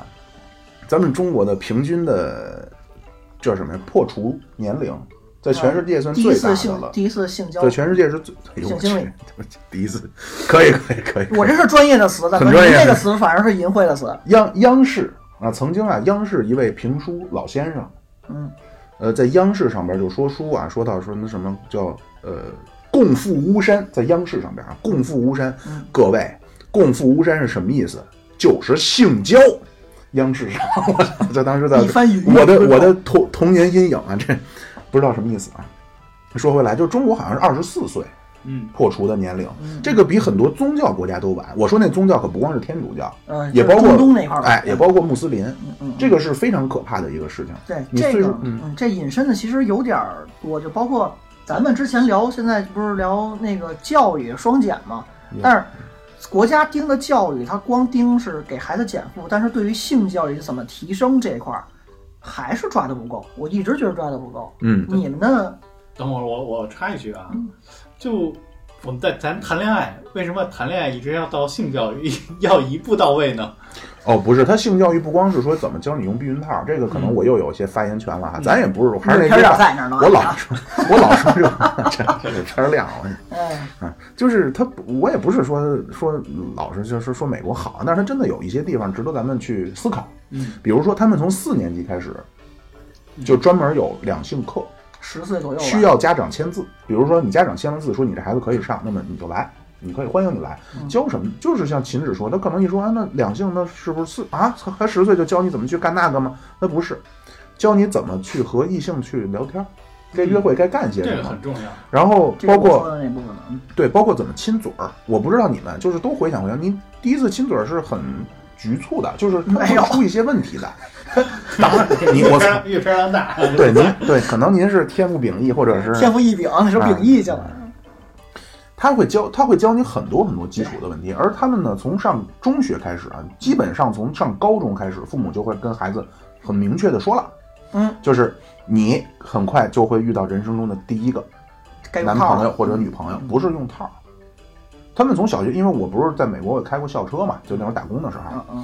S1: 咱们中国的平均的叫什么呀？破除年龄，在全世界算
S2: 啊第
S1: 嗯最
S2: 一
S1: 大
S2: 次
S1: 的
S2: 性
S1: 了。
S2: 第一次性交
S1: 在，全世界是最，哎呦我
S2: 性
S1: 去
S2: 经历，
S1: 第一次，可以可以可以，可以
S2: 我这是专业的词，大哥，
S1: 很
S2: 你
S1: 专业
S2: 这个词反而是淫秽的词。
S1: 央央视啊，曾经啊，央视一位评书老先生，
S2: 嗯，
S1: 呃，在央视上边就说书啊，说到说那什么叫呃共赴巫山，在央视上边啊，共赴巫山，
S2: 嗯
S1: 各位，共赴巫山是什么意思？就是性交。央视上， (laughs) 我在当时在
S2: 一番语音
S1: 我的我的童童年阴影啊，这不知道什么意思啊。说回来，就中国好像是二十四岁，
S3: 嗯，
S1: 破除的年龄，
S2: 嗯
S1: 这个比很多宗教国家都晚。我说那宗教可不光是天主教，
S2: 嗯
S1: 也包括
S2: 就是中东那块儿
S1: 哎，也包括穆斯林，
S2: 嗯
S1: 这个是非常可怕的一个事情。
S2: 对
S1: 你
S2: 这
S1: 岁数
S2: 个，
S1: 嗯
S2: 嗯，这引申的其实有点儿多，就包括咱们之前聊，现在不是聊那个教育双减嘛？
S1: 嗯
S2: 但是国家盯的教育，它光盯是给孩子减负，但是对于性教育怎么提升这一块儿，还是抓的不够。我一直觉得抓的不够。
S1: 嗯，
S2: 你们呢？
S3: 等会儿我我插一句啊，
S2: 嗯
S3: 就我们在咱谈恋爱，为什么谈恋爱一直要到性教育， (laughs) 要一步到位呢？
S1: 哦，不是，他性教育不光是说怎么教你用避孕套，这个可能我又有些发言权了啊。咱也不是，还是那
S2: 片
S1: 句
S2: 儿要
S1: 话，
S2: 在那儿呢。
S1: 我老
S2: 啊
S1: 说，我老说这种这这天儿亮了。
S2: 哎，
S1: 啊，就是他，我也不是说说老是就是说美国好，但是他真的有一些地方值得咱们去思考。
S3: 嗯，
S1: 比如说他们从四年级开始，就专门有两性课，
S2: 十岁左右吧
S1: 需要家长签字。比如说你家长签了字，说你这孩子可以上，那么你就来，你可以欢迎你来。
S2: 嗯
S1: 教什么？就是像秦止说，他可能一说啊，那两性那是不是四啊？才才十岁就教你怎么去干那个吗？那不是，教你怎么去和异性去聊天，该约
S2: 嗯
S1: 会该干些
S3: 这
S1: 什
S3: 个
S1: 么
S3: 很。重要。
S1: 然后
S2: 这
S1: 包
S2: 是我
S1: 括
S2: 说的那部分了。嗯
S1: 对，包括怎么亲嘴儿，我不知道你们就是都回想回想，您第一次亲嘴儿是很局促的，就是它
S2: 没有
S1: 会出一些问题
S2: (laughs)
S1: 的。当然，你我操，
S3: 越片越片量大，
S1: 对您对，可能您是天赋秉异，或者是
S2: 天赋异禀，啊那时候秉异去了。
S1: 他会教他会教你很多很多基础的问题，而他们呢，从上中学开始啊，基本上从上高中开始，父母就会跟孩子很明确的说了，
S2: 嗯，
S1: 就是你很快就会遇到人生中的第一个
S2: 该用
S1: 男
S2: 套
S1: 朋友
S2: 了。嗯
S1: 或者女朋友，不是用套儿。他们从小学，因为我不是在美国我开过校车嘛，就那会儿打工的时候，
S2: 嗯嗯，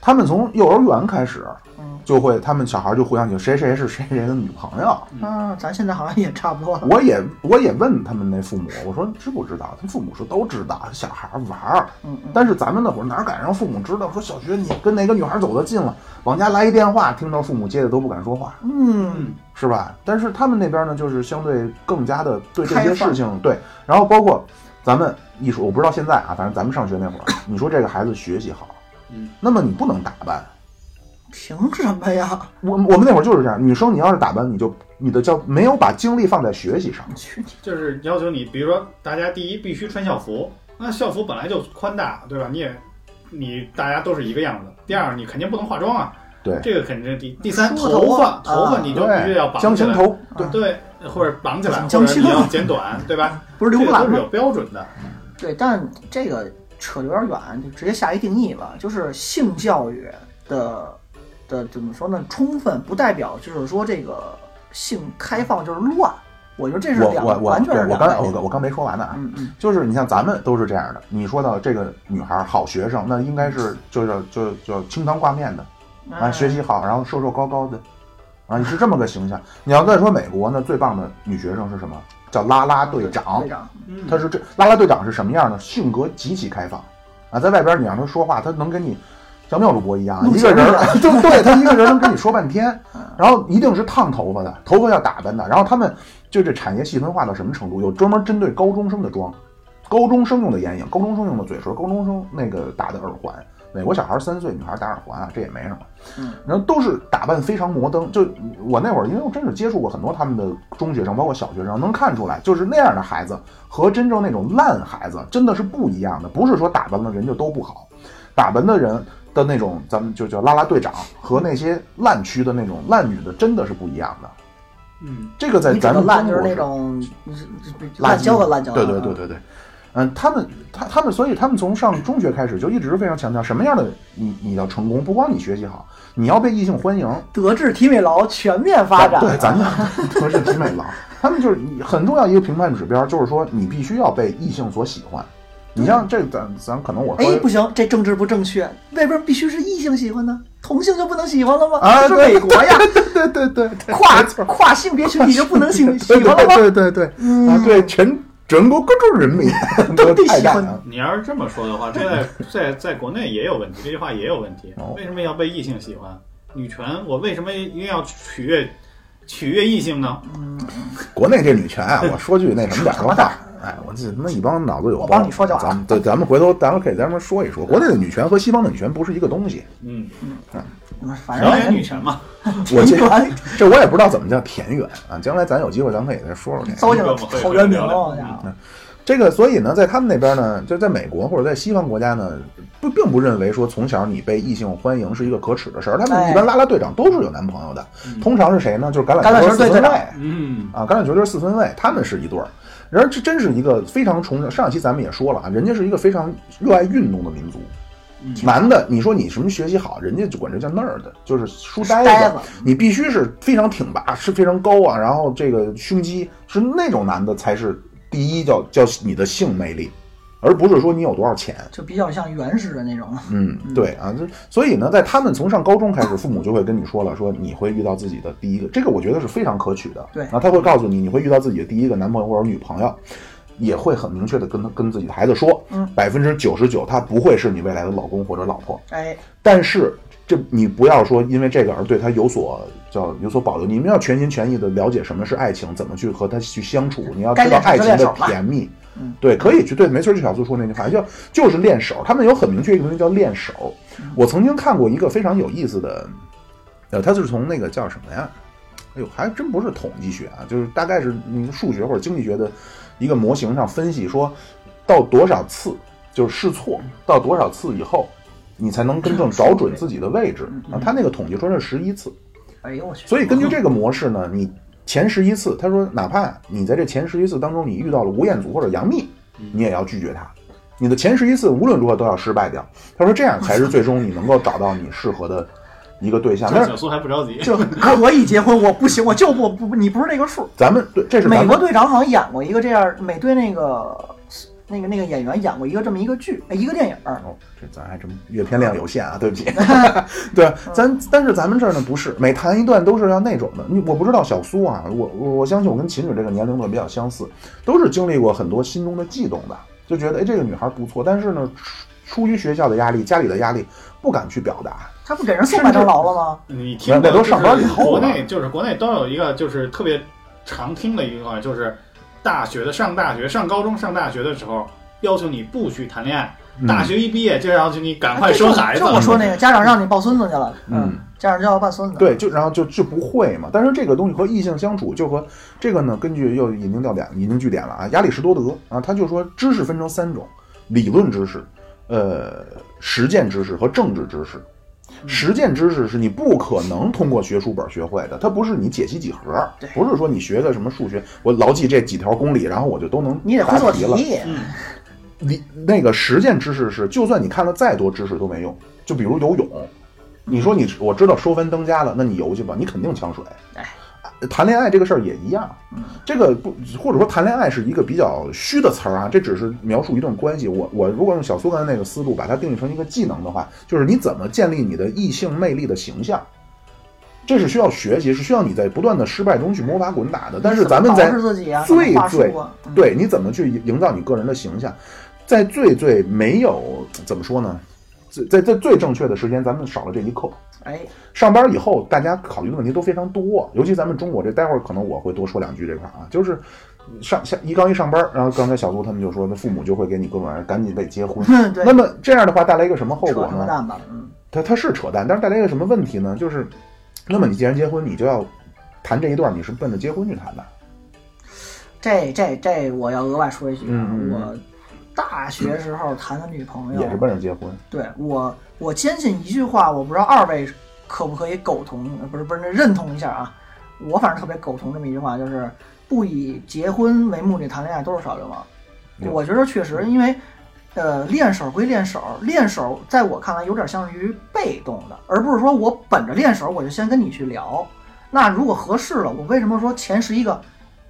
S1: 他们从幼儿园开始
S2: 嗯
S1: 就会，他们小孩就互相请谁谁是谁谁的女朋友。
S2: 啊，咱现在好像也差不多了。
S1: 我也我也问他们那父母，我说知不知道？他父母说都知道，小孩玩儿。
S2: 嗯嗯，
S1: 但是咱们那会儿哪敢让父母知道？说小学你跟哪个女孩走得近了，往家来一电话，听到父母接的都不敢说话，
S2: 嗯，
S1: 是吧？但是他们那边呢，就是相对更加的对这
S2: 开
S1: 些
S2: 放
S1: 事情对，然后包括咱们一说，我不知道现在啊，反正咱们上学那会儿，你说这个孩子学习好，
S3: 嗯，
S1: 那么你不能打扮。
S2: 凭什么 (laughs) 呀？
S1: 我我们那会儿就是这样，女生你要是打扮，你就你的叫没有把精力放在学习上。
S2: 去你！
S3: 就是要求你，比如说大家第一必须穿校服，那校服本来就宽大，对吧？你也你大家都是一个样子。第二，你肯定不能化妆啊，
S1: 对
S3: 这个肯定是第第三，
S2: 梳
S3: 头
S2: 头
S3: 发
S2: 发
S3: 头发
S2: 啊
S3: 你就必须要
S1: 对，
S3: 绑
S1: 将
S3: 起
S1: 琴
S3: 来，嗯
S1: 头，对
S2: 啊
S3: 对，或者绑起来，或
S2: 江
S3: 者
S2: 青
S3: 你要剪短，对吧？
S2: 不是
S3: 这
S2: 刘
S3: 个
S2: 布朗
S3: 都是
S2: 吗？
S3: 有标准的。
S2: 对，但这个扯得有点远，就直接下一定义吧，就是性教育的的怎么说呢？充分不代表就是说这个性开放就是乱，我觉得这是
S1: 我
S2: 两
S1: 我我
S2: 完全
S1: 对
S2: 是
S1: 我
S2: 两
S1: 刚
S2: 概
S1: 才我
S2: 念。
S1: 刚我刚没说完呢啊，
S2: 嗯嗯，
S1: 就是你像咱们都是这样的，你说到这个女孩儿好学生，那应该是就是就就清汤挂面的啊，
S2: 嗯
S1: 学习好，然后瘦瘦高高的啊，你是这么个形象。你要再说美国呢，最棒的女学生是什么？叫拉拉队长
S2: 队，长，
S3: 嗯，
S1: 她是这拉拉队长是什么样呢？性格极其开放啊，在外边你让她说话，她能跟你像妙主播一样，
S2: 弄
S1: 一个
S2: 清
S1: 人儿就 (laughs) 对她一个人能跟你说半天，然后一定是烫头发的，头发要打扮的，然后他们就这产业细分化到什么程度？有专门针对高中生的妆，高中生用的眼影，高中生用的嘴唇，高中生那个打的耳环。美国小孩三岁，女孩打耳环啊，这也没什么。
S2: 嗯，
S1: 然后都是打扮非常摩登。就我那会儿，因为我真是接触过很多他们的中学生，包括小学生，能看出来，就是那样的孩子和真正那种烂孩子真的是不一样的。不是说打扮了人就都不好，打扮的人的那种，咱们就叫拉拉队长和那些烂区的那种烂女的，真的是不一样的。
S3: 嗯，
S1: 这个在
S2: 你指
S1: 咱
S2: 的
S1: 们
S2: 烂
S1: 中
S2: 就
S1: 国
S2: 是那
S1: 是
S2: 种
S1: 垃
S2: 烂
S1: 圾
S2: 交的烂交的，
S1: 对对对
S2: 嗯，
S1: 对对，嗯，他们他他们，所以他们从上中学开始就一直非常强调什么样的你你要成功，不光你学习好，你要被异性欢迎，
S2: 德智体美劳全面发展，
S1: 对，咱就德智体美劳，他们就是很重要一个评判指标，就是说你必须要被异性所喜欢。你像这咱咱可能我稍
S2: 哎
S1: 微，
S2: 不行，这政治不正确，为什么必须是异性喜欢呢？同性就不能喜欢了吗？
S1: 啊，
S2: 这是
S1: 对
S2: 美国呀，，
S1: 对对对对对，
S2: 跨
S1: 没错
S2: 跨性别群体就不能喜喜
S1: (laughs) 对
S2: 欢了吗？嗯
S1: 对对对对，啊，对全全国各州人民
S2: 都得
S1: 太
S2: 喜
S1: 大
S2: 欢
S1: 了。
S3: 你要是这么说的话，这 (laughs) 在在在国内也有问题，这句话也有问题
S1: 哦。
S3: 为什么要被异性喜欢？女权，我为什么一定要取悦取悦异性呢？
S1: 国内这女权啊，我说句那什么点
S2: (laughs)
S1: 儿的话，哎，我这他妈一帮脑子有包。
S2: 我帮你说就好
S1: 咱们对，咱们回头咱们可以咱们说一说，国内的女权和西方的女权不是一个
S2: (laughs)
S1: 东西。
S3: 嗯，
S2: 反
S3: 表演
S2: 正
S3: 女权嘛，
S1: 我这
S2: 田园
S1: 这我也不知道怎么叫田园啊，将来咱有机会咱们可以再说说这个。
S2: 糟践了陶渊明哦
S1: 嗯
S2: 了，我讲。
S1: 这个，所以呢，在他们那边呢，就在美国或者在西方国家呢，不并不认为说从小你被异性欢迎是一个可耻的事儿。他们
S2: 哎嗯
S1: 一般拉拉队长都是有男朋友的，通常是谁呢？就是橄
S2: 橄
S1: 榄
S2: 榄
S1: 球
S2: 球
S1: 和四
S2: 队
S1: 分
S2: 队
S1: 卫
S2: 长
S3: 嗯，
S1: 啊，橄榄球队四分卫，他们是一对儿。然而，这真是一个非常崇尚。上一期咱们也说了啊，人家是一个非常热爱运动的民族。
S2: 嗯
S1: 男的，你说你什么学习好，人家就管这叫那儿的，就是书呆子。
S2: 呆子
S1: 你必须是非常挺拔，是非常高啊，然后这个胸肌是那种男的才是第一叫叫你的性魅力，而不是说你有多少钱。
S2: 就比较像原始的那种，
S1: 嗯，对啊，这所以呢，在他们从上高中开始，父母就会跟你说了，说你会遇到自己的第一个，这个我觉得是非常可取的。
S2: 对
S1: 然后他会告诉你，你会遇到自己的第一个男朋友或者女朋友，也会很明确的跟他跟自己的孩子说，
S2: 嗯
S1: 百分之九十九他不会是你未来的老公或者老婆，
S2: 哎，
S1: 但是这你不要说因为这个而对他有所叫有所保留，你们要全心全意的了解什么是爱情，怎么去和他去相处，你要知道爱情的甜蜜
S2: 嗯。
S1: 对，可以去对，没错，就小苏说那句话，叫就是练手，他们有很明确一个东西叫练手。我曾经看过一个非常有意思的，呃，他就是从那个叫什么呀？哎呦，还真不是统计学啊，就是大概是你数学或者经济学的一个模型上分析说，到多少次就是试错，到多少次以后，你才能真正找准自己的位置。
S2: 嗯
S1: 啊，他那个统计说是十一次，
S2: 哎呦我去，
S1: 所以根据这个模式呢，你前十一次，他说哪怕你在这前十一次当中你遇到了吴彦祖或者杨幂，
S2: 嗯
S1: 你也要拒绝他。你的前十一次无论如何都要失败掉。他说这样才是最终你能够找到你适合的一个对象。但
S3: 这
S1: 是
S3: 小苏还不着急，
S2: 就可以结婚，我不行，我就不不不，你不是那个数。
S1: 咱们对这是咱
S2: 美
S1: 们
S2: 国队长好像演过一个这样，美队那个那个那个演员演过一个这么一个剧，哎一个电影儿，
S1: 哦，这咱还真阅片量有限啊，对不起。对，咱但是咱们这儿呢不是，每谈一段都是要那种的。你我不知道小苏啊，我我我相信我跟秦止这个年龄段比较相似，都是经历过很多心中的悸动的，就觉得哎这个女孩不错，但是呢，出出于学校的压力、家里的压力，不敢去表达。
S2: 他不给人送麦当劳了吗？
S3: (laughs) 你听
S1: 那
S3: 过
S1: 都上班以后
S3: 就是国
S1: 了
S3: 内就是国内都有一个就是特别常听的一句话，就是大学的上大学上高中上大学的时候，要求你不许谈恋爱，
S1: 嗯
S3: 大学一毕业就要求你赶
S2: 哎
S3: 快
S2: 这
S3: 生
S2: 就
S3: 孩子。
S2: 就我说那个家长让你抱孙子去了，
S1: 嗯，
S2: 家长叫我抱孙子，
S1: 对，就然后就就不会嘛。但是这个东西和异性相处，就和这个呢，根据又引经调典、引经据典了啊。亚里士多德啊，他就说知识分成三种：理论知识、呃，实践知识和政治知识。
S2: 嗯
S1: 实践知识是你不可能通过学书本学会的，它不是你解析几何，不是说你学个什么数学，我牢记这几条公理，然后我就都能
S2: 你得会
S1: 答
S2: 做
S1: 题了。
S2: 题，
S3: 嗯，
S1: 你那个实践知识是，就算你看了再多知识都没用。就比如游泳，你说你我知道说分增加了，那你游去吧，你肯定呛水。
S2: 哎
S1: 啊，谈恋爱这个事儿也一样，这个不或者说谈恋爱是一个比较虚的词儿啊，这只是描述一段关系。我我如果用小苏刚才那个思路把它定义成一个技能的话，就是你怎么建立你的异性魅力的形象。这是需要学习，是需要你在不断的失败中去摸爬滚打的。但是咱们在
S2: 怎么捯饬自己啊，怎么
S1: 最
S2: 话术
S1: 最
S2: 啊，嗯
S1: 对你怎么去营造你个人的形象，在最最没有怎么说呢，在在在最正确的时间，咱们少了这一课。
S2: 哎，。
S1: 上班以后，大家考虑的问题都非常多，尤其咱们中国这，待会儿可能我会多说两句这块儿啊，就是上下一刚一上班，然后刚才小苏他们就说，那父母就会给你各种赶紧得结婚
S2: 对，
S1: 那么这样的话带来一个什么后
S2: 扯
S1: 果
S2: 什么
S1: 呢？
S2: 蛋吧，嗯，
S1: 它它是扯淡，但是带来一个什么问题呢？就是，那么你既然结婚，你就要谈这一段，你是奔着结婚去谈的。
S2: 这这这我要额外说一句啊，
S1: 嗯嗯嗯
S2: 我大学时候谈的女朋友啊
S1: 也是奔着结婚，
S2: 对我，我坚信一句话，我不知道二位可不可以苟同，呃不是不是认同一下啊。我反正特别苟同这么一句话，就是不以结婚为目的谈恋爱都是耍流氓。
S1: 嗯
S2: 我觉得确实，因为呃，练手归练手，练手在我看来有点像于被动的，而不是说我本着练手我就先跟你去聊。那如果合适了，我为什么说前十一个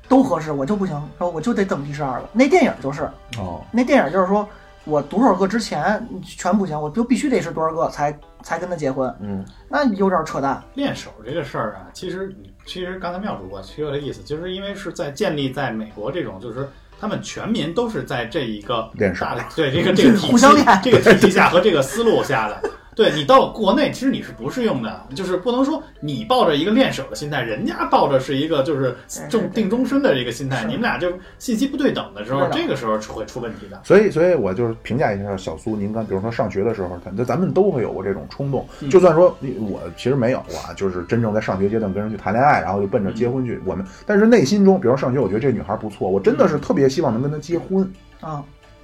S2: 都合适，我就不行，说我就得等第十二个？那电影就是，
S1: 哦，
S2: 那电影就是说我多少个之前全不行，我就必须得是多少个才才跟他结婚，
S1: 嗯，
S2: 那有点扯淡。
S3: 练手这个事儿啊，其实你其实刚才妙主播提到的意思，就是因为是在建立在美国这种就是。他们全民都是在这一个
S1: 练手
S3: 大的对这个这
S2: (laughs)
S3: 个体
S2: 互
S3: 系
S2: 相练
S3: 这个体系下和这个思路下的。对你到国内，其实你是不适用的，就是不能说你抱着一个练手的心态，人家抱着是一个就是
S2: 对
S3: 重
S2: 对
S3: 定终身的一个心态，
S2: 是
S3: 你们俩就信息不对等的时候
S2: 不，对等
S3: 这个时候是会出问题的。
S1: 所以，所以我就是评价一下小苏，您刚比如说上学的时候，咱咱们都会有过这种冲动。
S2: 嗯
S1: 就算说我其实没有啊，就是真正在上学阶段跟人去谈恋爱，然后就奔
S2: 嗯
S1: 着结婚去。我们但是内心中，比如上学，我觉得这女孩不错，我真
S2: 嗯
S1: 的是特别希望能跟她结婚。
S2: 啊，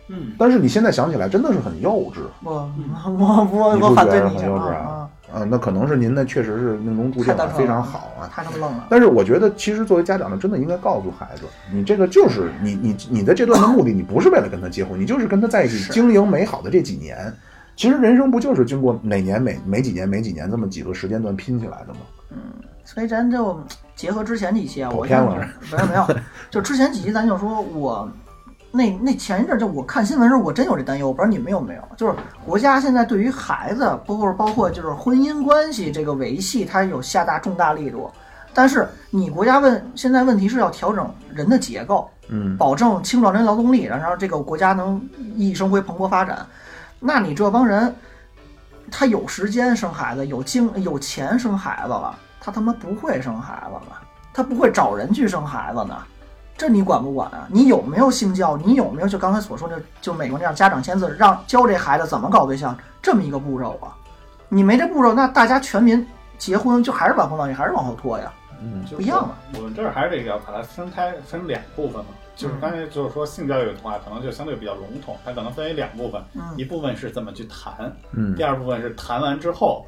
S3: 嗯，
S1: 但是你现在想起来，真的是很幼稚
S2: 我 (laughs) 我我
S1: 你不
S2: 我反对
S1: 觉得
S2: 你一下
S1: 很幼稚
S2: 啊
S1: 啊啊。那可能是您呢，确实是命中注定
S2: 太单
S1: 啊，
S2: 纯了
S1: 非常好
S2: 啊！
S1: 啊。
S2: 太他妈愣了。
S1: 但是我觉得，其实作为家长呢，真的应该告诉孩子，你这个就是你你你的这段的目的，你不是为了跟他结婚，你就是跟他在一
S2: 是
S1: 起经营美好的这几年。其实人生不就是经过每年每每几年每几年这么几个时间段拼起来的吗？
S2: 所以咱就结合之前几期啊，
S1: 跑
S2: 我
S1: 偏
S2: 先
S1: 了
S2: 没有
S1: (laughs)
S2: 没有，就之前几期咱就说我那那前一阵儿就我看新闻时候，我真有这担忧，我不知道你们有没有？就是国家现在对于孩子，包括包括就是婚姻关系这个维系，它有下大重大力度。但是你国家问现在问题是要调整人的结构，
S1: 嗯，
S2: 保证青壮年劳动力，然后这个国家能熠熠生辉、蓬勃发展。那你这帮人，他有时间生孩子，有经有钱生孩子了，他他妈不会生孩子了，他不会找人去生孩子呢。这你管不管啊？你有没有性教？你有没有就刚才所说的，就美国那样家长签字让教这孩子怎么搞对象这么一个步骤啊？你没这步骤，那大家全民结婚就还是晚婚晚育，还是往后拖呀？
S3: 就
S2: 不一样了
S3: 我们这儿还是得要把它分开分两部分嘛，
S2: 嗯
S3: 就是刚才就是说性教育的话，可能就相对比较笼统，它可能分为两部分，
S2: 嗯
S3: 一部分是怎么去谈，
S1: 嗯
S3: 第二部分是谈完之后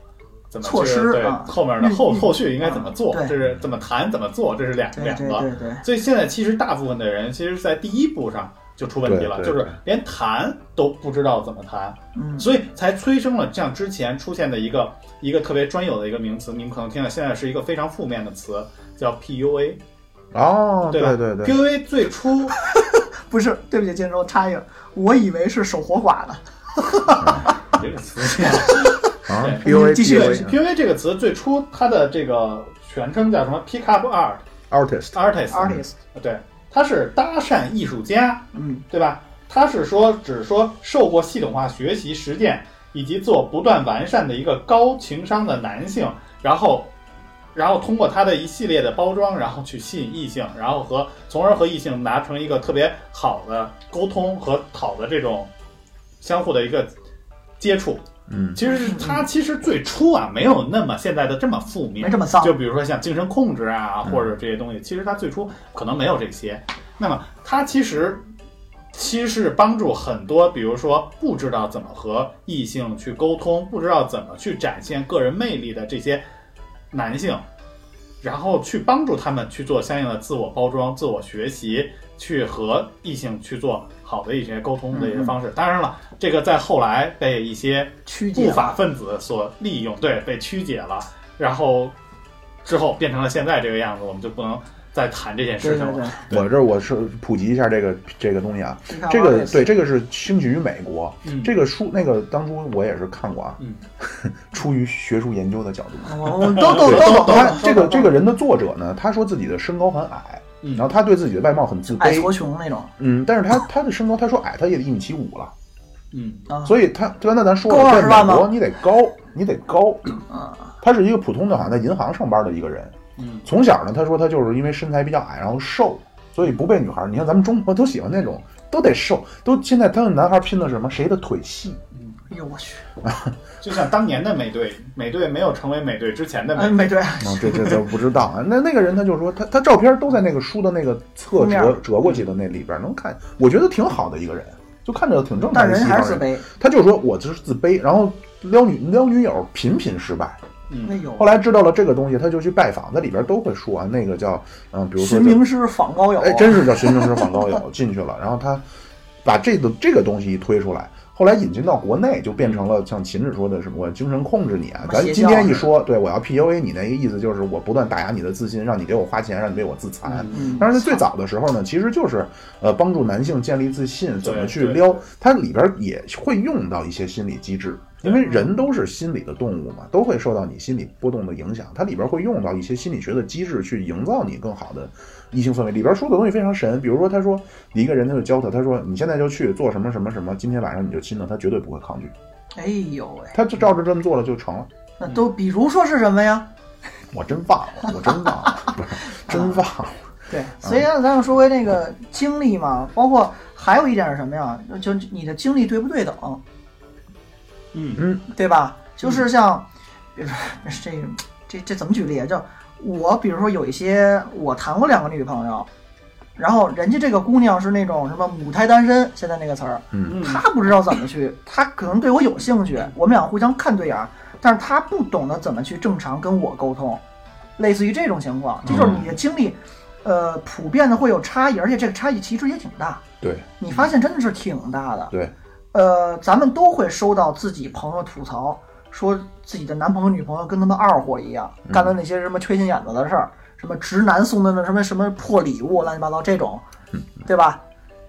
S3: 怎么去
S2: 措施
S3: 对
S2: 啊
S3: 后面的后
S2: 嗯嗯
S3: 后续应该怎么做，
S2: 对
S3: 这是怎么谈怎么做，这是两
S2: 对
S3: 两
S2: 对
S3: 个。
S2: 对对，
S3: 所以现在其实大部分的人其实，在第一步上就出问题了，
S1: 对
S3: 就
S1: 对
S3: 是连谈都不知道怎么谈，
S2: 嗯，
S3: 所以才催生了像之前出现的一个一个特别专有的一个名词，你们可能听到现在是一个非常负面的词，叫 PUA，
S1: 哦，对
S3: 吧？
S1: 对对，
S3: PUA 最初
S2: 不是，对不起，建州插一个，我以为是守活寡呢。
S3: (laughs) 这个词
S1: 啊
S3: (laughs) 对
S1: ，PUA
S2: 继续
S1: PUA
S3: PUA 这个词最初它的这个全称叫什么？Pickup Art
S1: artist，
S3: Artist
S2: artist，
S3: 对，它是搭讪艺术家，
S2: 嗯，
S3: 对吧？它是说只说受过系统化学习、实践以及自我不断完善的一个高情商的男性，然后，然后通过他的一系列的包装，然后去吸引异性，然后和从而和异性达成一个特别好的沟通和好的这种相互的一个接触。
S1: 嗯
S3: 其实是它其实最初啊没有那么现在的这么负面，
S2: 没这么丧嗯
S3: 就比如说像精神控制啊，或者这些东西，其实它最初可能没有这些。那么它其实其实是帮助很多，比如说不知道怎么和异性去沟通，不知道怎么去展现个人魅力的这些男性，然后去帮助他们去做相应的自我包装、自我学习，去和异性去做好的一些沟通的一些方式。当然了，这个在后来被一些
S2: 曲解
S3: 不法分子所利用，对，被曲解了，然后之后变成了现在这个样子，我们就不能再谈这件事
S2: 对
S3: 情
S2: 对
S3: 了。
S2: 对，
S1: 我这儿我是普及一下这个这个东西啊，这个对，这个是兴起于美国，
S3: 嗯，
S1: 这个书那个当初我也是看过啊，
S3: 嗯
S1: (laughs) 出于学术研究的角度。
S2: 我我都都
S1: 对
S2: 都懂
S1: 哦他
S2: 都
S1: 这个
S2: 懂
S1: 这个人的作者呢，他说自己的身高很矮，
S3: 嗯
S1: 然后他对自己的外貌很自
S2: 矮
S1: 卑
S2: 矬，穷那种
S1: 嗯，但是他他的身高，他说矮，他也得一米七五了，
S3: 嗯
S2: 啊，
S1: 所以他对吧？那咱说
S2: 够
S1: 了，在
S2: 二十万
S1: 美国
S2: 吗
S1: 你得高，你得高，
S2: 啊
S1: 他是一个普通的，好像在银行上班的一个人。
S3: 嗯，
S1: 从小呢，他说他就是因为身材比较矮，然后瘦，所以不被女孩儿。你看咱们中国都喜欢那种都得瘦，都现在他们男孩儿拼的是什么？谁的腿细？
S2: 哎呦我去，
S3: 就像当年的美队，美队没有成为美队之前的美
S2: 哎，
S3: 队，
S2: 没对， (laughs)
S1: 啊、这这这不知道啊。那那个人他就说他他照片都在那个书的那个侧
S2: 封面
S1: 折
S2: 儿
S1: 折过去的那里边儿能看，我觉得挺好的一个人，就看着挺正常
S2: 但
S1: 的
S2: 人
S1: 西
S2: 还
S1: 方
S2: 是自
S1: 人。
S2: 卑。
S1: 他就说我就是自卑，然后撩女撩女友频频失败。
S2: 哎
S3: 嗯，
S2: 呦，
S1: 后来知道了这个东西，他就去拜访，那里边儿都会说啊，那个叫嗯，比如说
S2: 寻
S1: 叫
S2: 名师访高友，啊
S1: 哎，真是叫寻名师访高
S2: (laughs)
S1: 友进去了，然后他把这个这个东西一推出来，后来引进到国内就变成了像秦志说的什么我精神控制你啊
S2: 什，么
S1: 咱
S2: 邪
S1: 今天
S2: 教
S1: 一说，对我要 PUA 你那个意思就是我不断打压你的自信，让你给我花钱，让你为我自残。
S2: 嗯
S1: 当然，在最早的时候呢，其实就是呃帮助男性建立自信，怎么去
S3: 对
S1: 撩，它里边也会用到一些心理机制，因为人都是心理的动物嘛，都会受到你心理波动的影响，它里边会用到一些心理学的机制去营造你更好的异性氛围。里边说的东西非常神，比如说他说一个人他就教他，他说你现在就去做什么什么什么，今天晚上你就亲了，他绝对不会抗拒，
S2: 哎呦喂，
S1: 他就照着这么做了就成了。
S2: 那都比如说是什么呀？
S1: 我真忘了，我真忘了，不是真忘了。
S2: 对，所以呢，咱们说回那个经历嘛，包括还有一点是什么呀？就就你的经历对不对等，
S3: 嗯
S2: 对吧？就是像，比如说 (laughs) 这这这怎么举例啊？就我比如说有一些我谈过两个女朋友，然后人家这个姑娘是那种什么母胎单身，现在那个词儿，
S3: 嗯，
S2: 她不知道怎么去，她可能对我有兴趣，我们俩互相看对眼儿，但是她不懂得怎么去正常跟我沟通，类似于这种情况，这就是
S3: 嗯
S2: 你的经历，呃，普遍的会有差异，而且这个差异其实也挺大，
S1: 对
S2: 你发现真的是挺大的。
S1: 对，
S2: 呃，咱们都会收到自己朋友吐槽，说自己的男朋友、女朋友跟他们二货一样，
S1: 嗯
S2: 干了那些什么缺心眼子的事儿，什么直男送的那什么什么破礼物，乱七八糟这种，
S1: 嗯
S2: 对吧？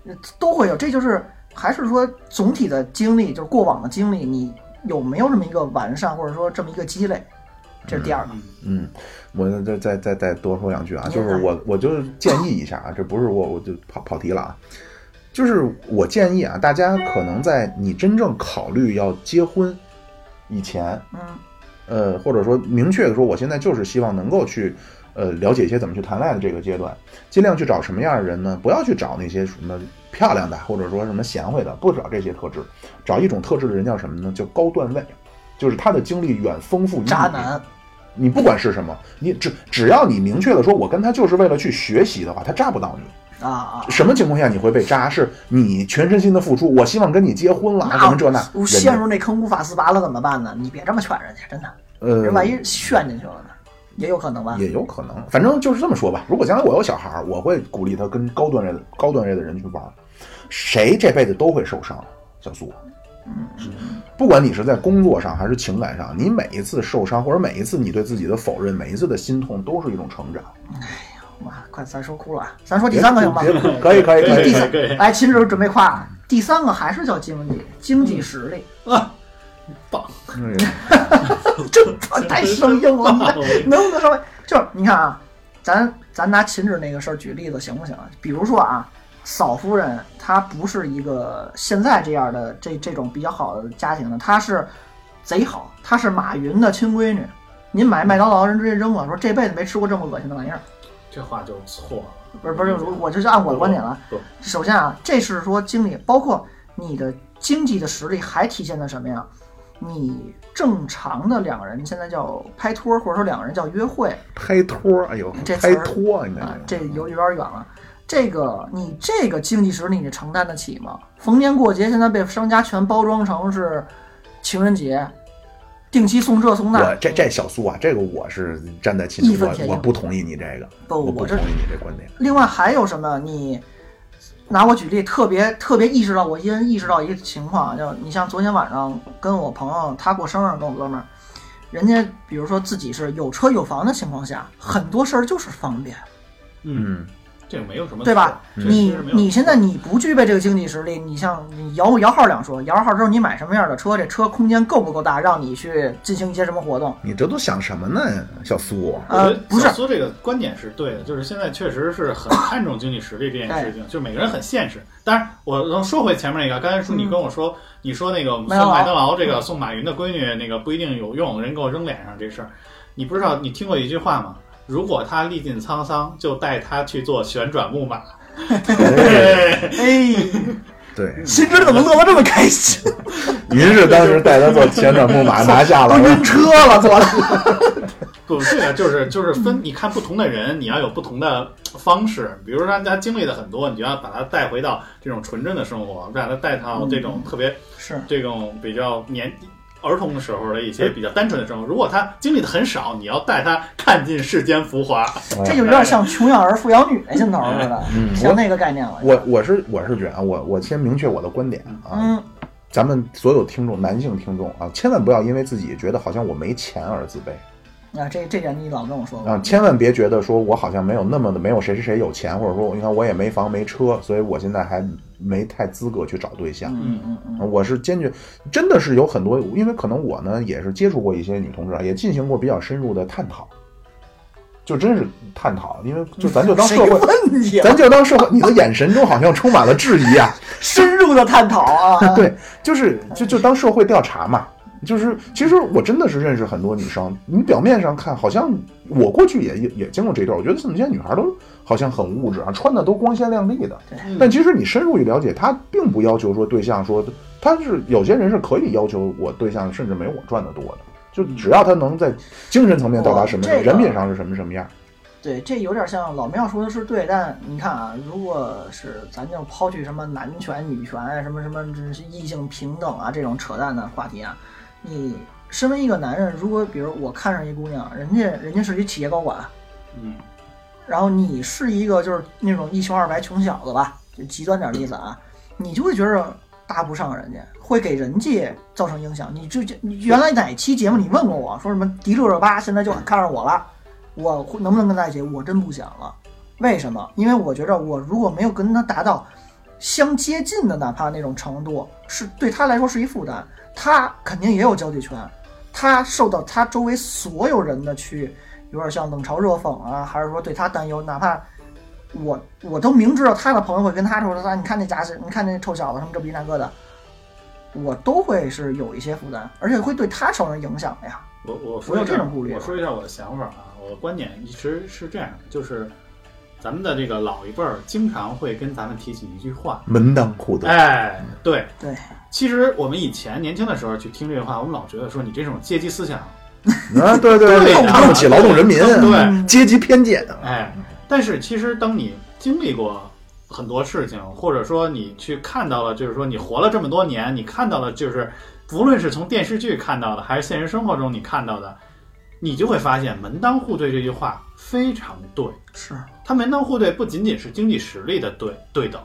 S2: 呃都会有，这就是还是说总体的经历，就是过往的经历，你有没有这么一个完善，或者说这么一个积累？这是第二个，
S1: 嗯，我再再再再多说两句啊，
S2: 您
S1: 就是
S2: 来
S1: 我我就建议一
S2: (laughs)
S1: 下啊，这不是我我就跑跑题了啊，就是我建议啊，大家可能在你真正考虑要结婚以前，
S2: 嗯
S1: 呃，或者说明确的说，我现在就是希望能够去。呃，了解一些怎么去谈恋爱的这个阶段，尽量去找什么样的人呢？不要去找那些什么漂亮的，或者说什么贤惠的，不找这些特质，找一种特质的人叫什么呢？叫高段位，就是他的经历远丰富于你
S2: 渣男，
S1: 你不管是什么，你只只要你明确的说，我跟他就是为了去学习的话，他扎不到你。
S2: 啊啊，
S1: 什么情况下你会被扎？是你全身心的付出，我希望跟你结婚了，什么这那，
S2: 啊我
S1: 人家
S2: 陷入那坑无法自拔了怎么办呢？你别这么劝人家，啊真的。
S1: 呃
S2: 这，万一炫进去了呢，也有可能吧。
S1: 也有可能，反正就是这么说吧。如果将来我有小孩儿，我会鼓励他跟高段位的高段位的人去玩儿，谁这辈子都会受伤，小苏。
S2: 嗯
S1: 不管你是在工作上还是情感上，你每一次受伤，或者每一次你对自己的否认，每一次的心痛，都是一种成长。
S2: 哇，快咱说哭了啊，咱说第三个行吗？
S1: 可以可以可
S2: 第
S1: 以可以，
S2: 第三
S3: 可以可以
S2: 来，秦主准备夸啊，第三个还是叫经济经济实力，
S3: 啊，棒！
S1: 嗯
S2: 这太生硬
S3: (laughs)
S2: 了，能不能稍微就是你看啊，咱咱拿秦纸那个事儿举例子行不行啊？比如说啊，嫂夫人她不是一个现在这样的这这种比较好的家庭的，她是贼好，她是马云的亲闺女。您买麦当劳，人直接扔了，说这辈子没吃过这么恶心的玩意儿。
S3: (laughs) 这话就错了。
S2: 不是不是，我我这是按我的观点了。
S3: 不，
S2: 首先啊，这是说经理，包括你的经济的实力，还体现在什么呀？你正常的两个人现在叫拍拖，或者说两个人叫约会
S1: 拍拖，哎呦，
S2: 这词
S1: 拍
S2: 儿
S1: 拖，你
S2: 啊，
S1: 这
S2: 这有有点远了。这个你这个经济实力你承担得起吗？逢年过节现在被商家全包装成是情人节，定期送这送那
S1: 我。这这小苏啊，这个我是站在秦
S2: 义
S1: 主，
S2: 愤
S1: 我
S2: 填膺
S1: 我不同意你这个，
S2: 不
S1: 我
S2: 我
S1: 不
S2: 这
S1: 同意你这观点。
S2: 另外还有什么？你拿我举例，特别特别意识到，我因意识到一个情况啊，就你像昨天晚上跟我朋友他过生日，跟我哥们儿，人家比如说自己是有车有房的情况下，很多事儿就是方便，
S3: 嗯，
S1: 嗯，
S3: 这个没有什么错
S2: 对吧？
S3: 这
S2: 你
S3: 其实没有
S2: 你现在你不具备这个经济实力，你像你摇摇号两说，摇号之后你买什么样的车，这车空间够不够大，让你去进行一些什么活动？
S1: 你这都想什么呢，小 (laughs) 苏？
S3: 我觉
S2: 呃
S3: 得，
S2: 不是
S3: 小，苏这个观点是对的，就是现在确实是很看重经济实力这件事情，就是每个人很现实。当然，我能说回前面那个，刚才说你跟我说，你说那个送
S2: 嗯麦当劳嗯
S3: 麦当劳这个送马云的闺女那个不一定有用，人给我扔脸上这事儿，你不知道你听过一句话吗？如果他历尽沧桑，就带他去做旋转
S2: (laughs)
S3: 木马。对
S2: 哎，
S1: 对，
S2: (laughs) 新知怎么乐得这么开
S3: (laughs)
S2: 心？
S1: 您是当时带他做旋转木
S2: (laughs)
S1: 马拿下
S2: 都
S1: 了，
S2: 晕车了，坐的。
S3: 不，这个就是就是
S2: 嗯
S3: 分，你看不同的人，你要有不同的方式。比如说他经历了很多，你就要把他带回到这种纯正的生活，把他带到这
S2: 嗯
S3: 种特别
S2: 是，
S3: 这种比较年儿童的时候的一些比较单纯的生活。如果他经历的很少，你要带他看尽世间浮华。
S2: 这就有
S3: 哎
S2: 点像穷养儿富养女那劲头似的， (laughs)
S1: 嗯
S2: 像那个概念了。
S1: 我我是我是觉得啊，我我先明确我的观点啊，
S2: 嗯，
S1: 咱们所有听众男性听众啊，千万不要因为自己觉得好像我没钱而自卑。
S2: 啊，这这点你老跟我说过，
S1: 啊，千万别觉得说我好像没有那么的没有谁谁谁有钱，或者说你看我也没房没车，所以我现在还没太资格去找对象。
S2: 嗯嗯嗯，
S1: 啊我是坚决，真的是有很多，因为可能我呢也是接触过一些女同志啊，也进行过比较深入的探讨，就真是探讨，因为
S2: 嗯
S1: 就咱就当社
S2: 谁
S1: 会，
S2: 问啊你了
S1: 咱就当社会，你的眼神中好像充满了质疑啊。，
S2: (laughs) 深入的探讨啊
S1: (laughs) 对，就是就就当社会调查嘛。就是其实我真的是认识很多女生，你表面上看好像我过去也也也经过这一段，我觉得怎么现在女孩都好像很物质啊，穿的都光鲜亮丽的。但其实你深入一了解，她并不要求说对象说，她是有些人是可以要求我对象甚至没我赚的多的，就只要他能在精神层面到达什么样，
S2: 哦这个
S1: 人品上是什么什么样。
S2: 对，这有点像老庙说的是对，但你看啊，如果是咱就抛去什么男权、女权啊，什么什么这是异性平等啊这种扯淡的话题啊，你身为一个男人，如果比如我看上一姑娘，人家人家是一企业高管，
S3: 嗯，
S2: 然后你是一个就是那种一穷二白穷小子吧，就极端点例子啊，你就会觉着搭不上人家，会给人家造成影响。你就你原来哪期节目你问过我说什么迪丽热巴现在就看上我了，我会能不能跟她在一起？我真不想了。为什么？因为我觉着我如果没有跟她达到相接近的哪怕那种程度，是对她来说是一负担，她肯定也有交际圈，她受到她周围所有人的去。有点像冷嘲热讽啊，还是说对他担忧？哪怕我我都明知道他的朋友会跟他说哎他，你看那家伙，你看那臭小子什么这逼那个的，我都会是有一些负担，而且会对他产生影响的呀。
S3: 我我
S2: 我
S3: 说
S2: 有
S3: 一下
S2: 这种顾虑
S3: 啊我说一下我的想法啊，我的观点一直是这样的，就是咱们的这个老一辈儿经常会跟咱们提起一句话，
S1: 门当户对，
S3: 哎，对，
S2: 对，
S3: 其实我们以前年轻的时候去听这个话，我们老觉得说你这种阶级思想，
S1: 啊，对对
S3: 对呀
S1: 看不起劳动人民，嗯
S3: 对
S1: 阶级偏见，
S3: 哎，但是其实当你经历过很多事情，或者说你去看到了，就是说你活了这么多年，你看到了，就是无论是从电视剧看到的，还是现实生活中你看到的，你就会发现“门当户对”这句话非常对。
S2: 是
S3: 它门当户对不仅仅是经济实力的对对等，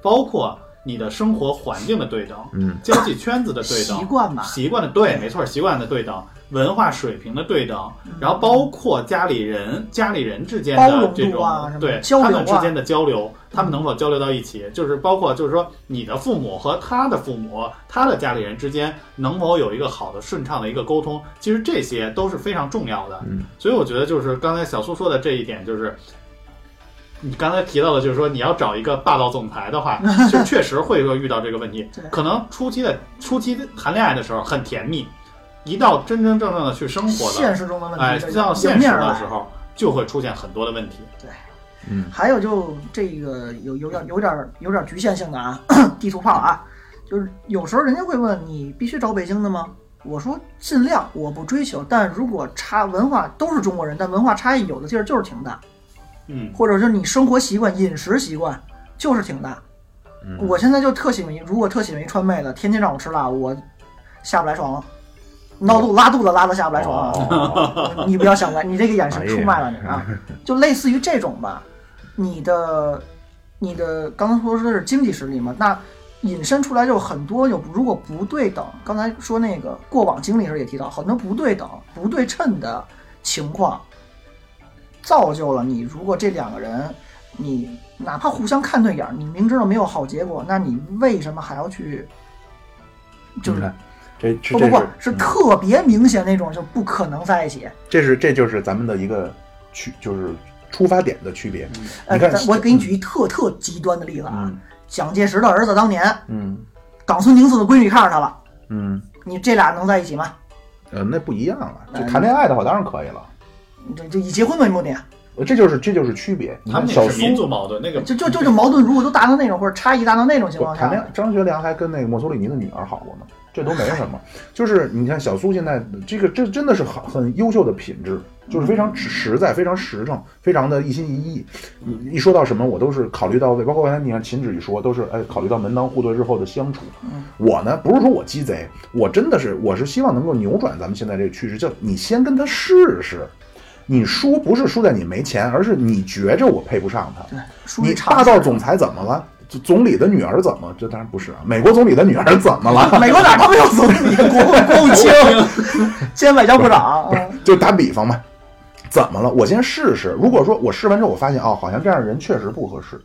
S3: 包括你的生活环境的对等，
S1: 嗯，
S3: 交际圈子的对等，
S2: 习惯吧
S3: 习惯的对，没错，习惯的对等，文化水平的对等，然后包括家里人、家里人之
S2: 嗯
S3: 间
S2: 包
S3: 的
S2: 容
S3: 这
S2: 度
S3: 种、
S2: 啊什么
S3: 对
S2: 交流啊嗯
S3: 他们之间的交流，他们能否交流到一起，就是包括就是说你的父母和他的父母、他的家里人之间能否有一个好的顺畅的一个沟通，其实这些都是非常重要的。
S1: 嗯，
S3: 所以我觉得就是刚才小苏说的这一点，就是你刚才提到的，就是说你要找一个霸道总裁
S2: (laughs)
S3: 的话，就确实会会遇到这个问题
S2: 对。
S3: 可能初期的初期谈恋爱的时候很甜蜜，一到真真正正的去生活
S2: 现
S3: 的，
S2: 实中的问
S3: 哎，
S2: 题，
S3: 到
S2: 迎
S3: 现实
S2: 面而
S3: 的
S2: 来
S3: 时。候，就会出现很多的问题。
S2: 还有就这个有有点有点有点局限性的啊， (clears throat) 地图炮啊，就是有时候人家会问你必须找北京的吗？我说尽量，我不追求，但如果差文化都是中国人，但文化差异有的地儿就是挺大，
S3: 嗯，
S2: 或者是你生活习惯、饮食习惯就是挺大。
S1: 嗯
S2: 我现在就特喜欢一，如果特喜欢一川妹的，天天让我吃辣，我下不来床了，闹肚拉肚子拉的下不来床啊了。
S1: 哦
S2: 你不要想歪，你这个眼神
S1: 哎呀
S2: 出卖了你
S1: (laughs)
S2: 啊！就类似于这种吧，你的你的刚刚说的是经济实力嘛，那引申出来就很多有如果不对等，刚才说那个过往经历时候也提到很多不对等、不对称的情况，造就了你如果这两个人你哪怕互相看对眼儿，你明知道没有好结果，那你为什么还要去？就
S1: 你
S2: 是
S1: 看这这
S2: 不
S1: 这
S2: 不不
S1: 是
S2: 是
S1: 嗯
S2: 特别明显那种，就不可能在一起。
S1: 这是这就是咱们的一个区，就是出发点的区别。
S2: 呃
S1: 你看，，
S2: 我给你举一特特极端的例子啊，
S1: 嗯
S2: 蒋介石的儿子当年
S1: 嗯
S2: 冈村宁次的闺女看上他了，
S1: 嗯，
S2: 你这俩能在一起吗？
S1: 呃，那不一样了。就
S2: 嗯
S1: 谈恋爱的话，当然可以了。
S2: 你这这以结婚为目的，
S1: 呃这就是这就是区别。你
S3: 他
S1: 看嗯
S3: 们
S1: 小
S3: 也
S1: 苏
S3: 是民族矛盾，那个
S2: 就就就就矛盾，如果都达到那种或者差异达到那种情
S1: 不
S2: 况
S1: 谈恋
S2: 下
S1: 爱，，张学良还跟那个墨索里尼的女儿好过呢，这都没什么。就是你看小苏现在这个，这真的是很很优秀的品质，就是非常实在、非常实诚、非常的一心一意。你一说到什么，我都是考虑到位，包括刚才你看秦止一说，都是哎考虑到门当户对日后的相处。
S2: 嗯
S1: 我呢，不是说我鸡贼，我真的是我是希望能够扭转咱们现在这个趋势，叫你先跟他试试。你输不是输在你没钱，而是你觉着我配不上他。
S2: 对，属于
S1: 你
S2: 常
S1: 霸
S2: 识
S1: 道总裁怎么了？总总理的女儿怎么？这当然不是啊，美国总理的女儿怎么了？
S2: 美国哪儿他没有总理，啊国务国务卿，兼外交
S1: (laughs)
S2: 部长，嗯
S1: 就打比方吧，怎么了？我先试试。如果说我试完之后，我发现哦，好像这样的人确实不合适，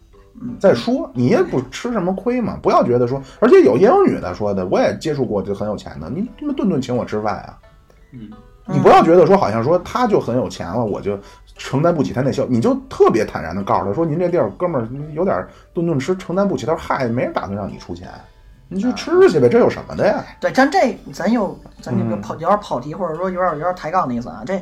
S1: 再说你也不吃什么亏嘛。不要觉得说，而且有也有女的说的，我也接触过，就很有钱的，你他妈顿顿请我吃饭啊。
S3: 嗯，
S1: 你不要觉得说好像说他就很有钱了，我就承担不起他那消，你就特别坦然的告诉他说，您这地儿哥们儿您有点顿顿吃，承担不起。他说嗨，没人打算让你出钱，你去吃去呗，这有什么的呀？
S2: 对，咱这咱又咱这个
S1: 嗯
S2: 跑有点跑题，或者说有点有点抬杠的意思啊。这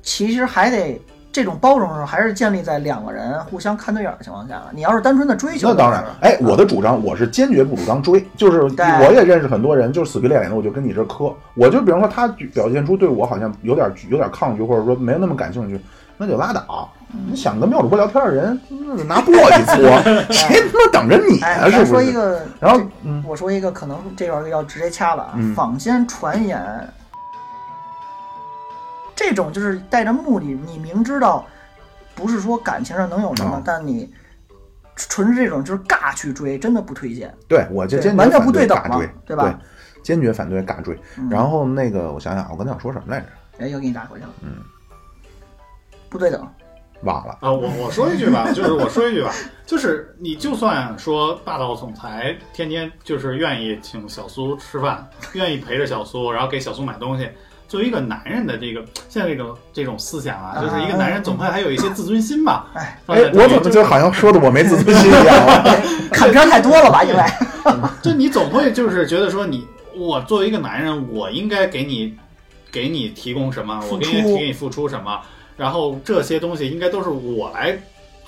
S2: 其实还得这种包容上还是建立在两个人互相看对眼儿的情况下。你要是单纯的追求，
S1: 那当然，哎，我的主张我是坚决不主张追，就是
S2: 啊对
S1: 我也认识很多人，就是死皮赖脸的，我就跟你这磕。我就比方说他表现出对我好像有点有点抗拒，或者说没有那么感兴趣，那就拉倒。
S2: 嗯
S1: 你想跟妙主播聊天的人，那就拿簸
S2: (laughs)
S1: 箕搓，谁他妈等着你
S2: 哎，
S1: 呢？
S2: 咱
S1: 是不
S2: 说一
S1: 是？
S2: 个，
S1: 然后，嗯
S2: 我说一个，可能这段要直接掐了啊。
S1: 嗯
S2: 坊间传言，这种就是带着目的，你明知道不是说感情上能有什么，
S1: 哦
S2: 但你纯是这种就是尬去追，真的不推荐。
S1: 对，我就坚决
S2: 完全
S1: 反
S2: 不对等
S1: 尬
S2: 嘛
S1: 追，
S2: 对吧
S1: 坚决反对尬追。
S2: 嗯
S1: 然后那个，我想想，我刚才想说什么来着？
S2: 哎，又给你打回去了。嗯，不对等。
S1: 忘了。
S3: 啊，我我说一句吧，就是我说一
S1: (laughs)
S3: 句吧，就是你就算说霸道总裁天天就是愿意请小苏吃饭，愿意陪着小苏，然后给小苏买东西。作为一个男人的这个现在这个这种思想啊，就是一个男人总会还有一些自尊心吧。
S2: 哎，
S1: 哎，我怎么就好像说的我没自尊心一样？啊
S2: 看片儿太多了吧？
S1: (laughs)
S2: 因为 (laughs)
S3: 就你总会就是觉得说你我作为一个男人，我应该给你给你提供什么，我
S2: 付
S3: 给
S2: 出
S3: 你给你付出什么，然后这些东西应该都是我来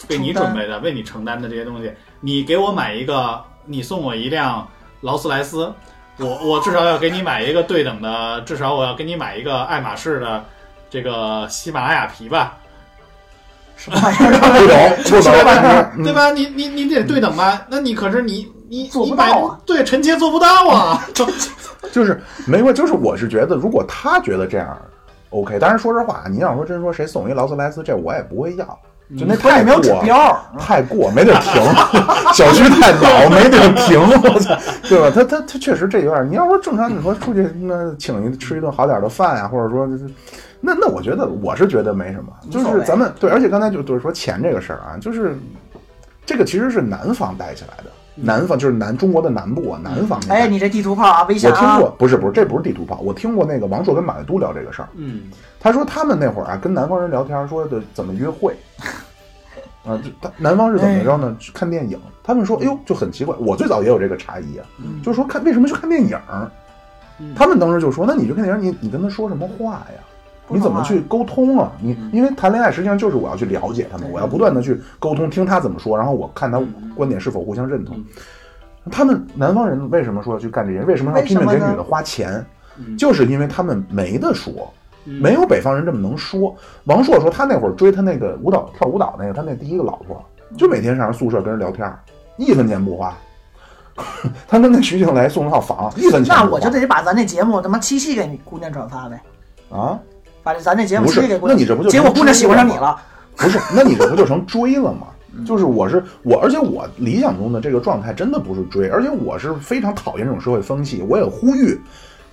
S3: 为你
S2: 承担
S3: 准备的，为你承担的这些东西。你给我买一个，你送我一辆劳斯莱斯，我我至少要给你买一个对等的，至少我要给你买一个爱马仕的这个喜马拉雅皮吧。
S2: 什么玩意
S1: (laughs)
S2: 儿？
S1: 不懂，不懂，嗯
S3: 对吧？你你你得对等吧？那你可是你你
S2: 嗯做不
S3: 你买
S2: 到啊
S3: 对，臣妾做不到啊。
S1: 就是没过，就是我是觉得，如果啊他觉得这样 OK，当然说实话，你要说真说谁送一劳斯莱斯，这我也不会要。就
S2: 那
S1: 那
S2: 关
S1: 太
S2: 键没有指
S1: 过
S2: 标儿，
S1: 太过没地儿停， (laughs) 小区太老没地儿停，我操，对吧？他他他确实这有点，你要说正常，你说出去那请一吃一顿好点儿的饭啊，或者说就是，那那我觉得我是觉得没什么，就
S2: 无所
S1: 是
S2: 谓
S1: 咱们对，而且刚才就就是说钱这个事儿啊，就是这个其实是南方带起来的，南方就是南中国的南部啊，南方那边。
S2: 嗯哎，你这地图炮啊，危险
S1: 我
S2: 啊！
S1: 听过，不是不是，这不是地图炮，我听过那个王朔跟马未都聊这个事儿，
S3: 嗯，
S1: 他说他们那会儿啊，跟南方人聊天说的怎么约
S2: (laughs)
S1: 会，啊，就他南方是怎么着
S2: 哎
S1: 呢？去看电影。他们说，哎呦，就很奇怪。我最早也有这个差异啊，
S3: 嗯
S1: 就是说看为什么去看电影儿
S3: 嗯？
S1: 他们当时就说，那你去看电影，你你跟他说什么话呀？
S2: 不
S1: 你
S2: 懂啊
S1: 怎么去沟通啊？你
S3: 嗯
S1: 因为谈恋爱实际上就是我要去了解他们，
S2: 对嗯
S1: 我要不断的去沟通，听他怎么说，然后我看他观点是否互相认同
S3: 嗯。
S1: 他们南方人为什么说要去干这些？为什么要
S2: 为什
S1: 拼
S2: 么
S1: 命给
S2: 呢
S1: 女的花钱？
S3: 嗯
S1: 就是因为他们没得说，
S3: 嗯
S1: 没有北方人这么能说。王朔说他那会儿追他那个舞蹈跳舞蹈那个他那第一个老婆，就每天上人宿舍跟人聊天儿，一分钱不花。啊 (laughs) 他跟那徐静蕾送了套房，一分钱
S2: 那
S1: 不
S2: 我
S1: 花
S2: 就得把咱这节目他妈七夕给姑娘转发呗，
S1: 啊，
S2: 把咱这节目
S1: 不
S2: 七
S1: 是
S2: 夕给姑娘，
S1: 那你这不就
S2: 结果姑娘喜欢上你
S1: 成追
S2: 了？
S1: 不是，那你这不就成追了吗？ (laughs) 就是我是我，而且我理想中的这个状态真的不是追，而且我是非常讨厌这种社会风气。我也呼吁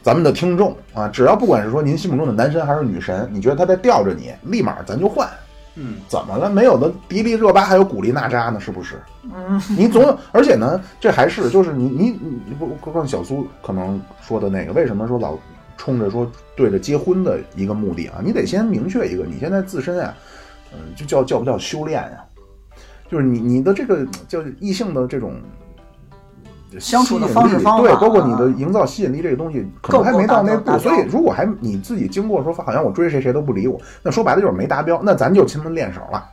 S1: 咱们的听众啊，只要不管是说您心目中的男神还是女神，你觉得他在吊着你，立马咱就换。
S3: 嗯
S1: 怎么了？没有的迪丽热巴还有古力娜扎呢，是不是？
S2: 嗯，
S1: 你总有，而且呢，这还是就是你你你你不不像小苏可能说的那个，为什么说老冲着说对着结婚的一个目的啊？你得先明确一个，你现在自身啊，嗯、就叫叫不叫修炼呀、就是你你的这个叫异性的这种。呃
S2: 相处的
S1: 吸引
S2: 方式
S1: 力
S2: 方法啊
S1: 对，包括你的营造吸引力这个东西，可能还没到那
S2: 够不够达
S1: 步。
S2: 标
S1: 所以，如果还你自己经过说，好像我追谁谁都不理我，那说白了就是没达标，那咱就亲门练手了。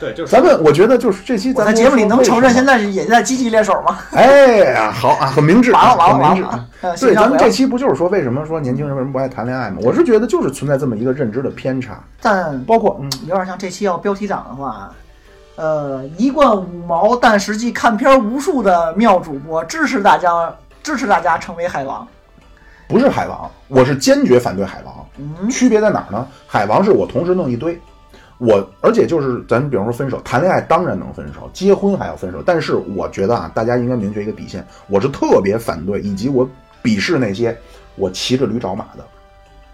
S3: 对，就是
S1: 咱们我觉得就是这期
S2: 我
S1: 咱
S2: 在
S1: 们
S2: 节目里能承认现
S1: 在
S2: 在也在积极练手
S1: (laughs)
S2: 吗？
S1: 哎呀，好啊，很明智，
S2: 完了完了
S1: 很明智。
S2: 完了！呃
S1: 对，
S2: 行
S1: 咱们
S2: 不要
S1: 这期不就是说为什么说年轻人为什么不爱谈恋爱吗？我是觉得就是存在这么一个认知的偏差，
S2: 但
S1: 包括嗯，
S2: 有点像这期要标题党的话啊，呃，一贯五毛但实际看片儿无数的妙主播支持大家支持大家成为海王。
S1: 不是海王，我是坚决反对海王。
S2: 嗯，
S1: 区别在哪儿呢？海王是我同时弄一堆，我而且就是咱比方说分手，谈恋爱当然能分手，结婚还要分手，但是我觉得啊，大家应该明确一个底线，我是特别反对以及我鄙视那些我骑着驴找马的。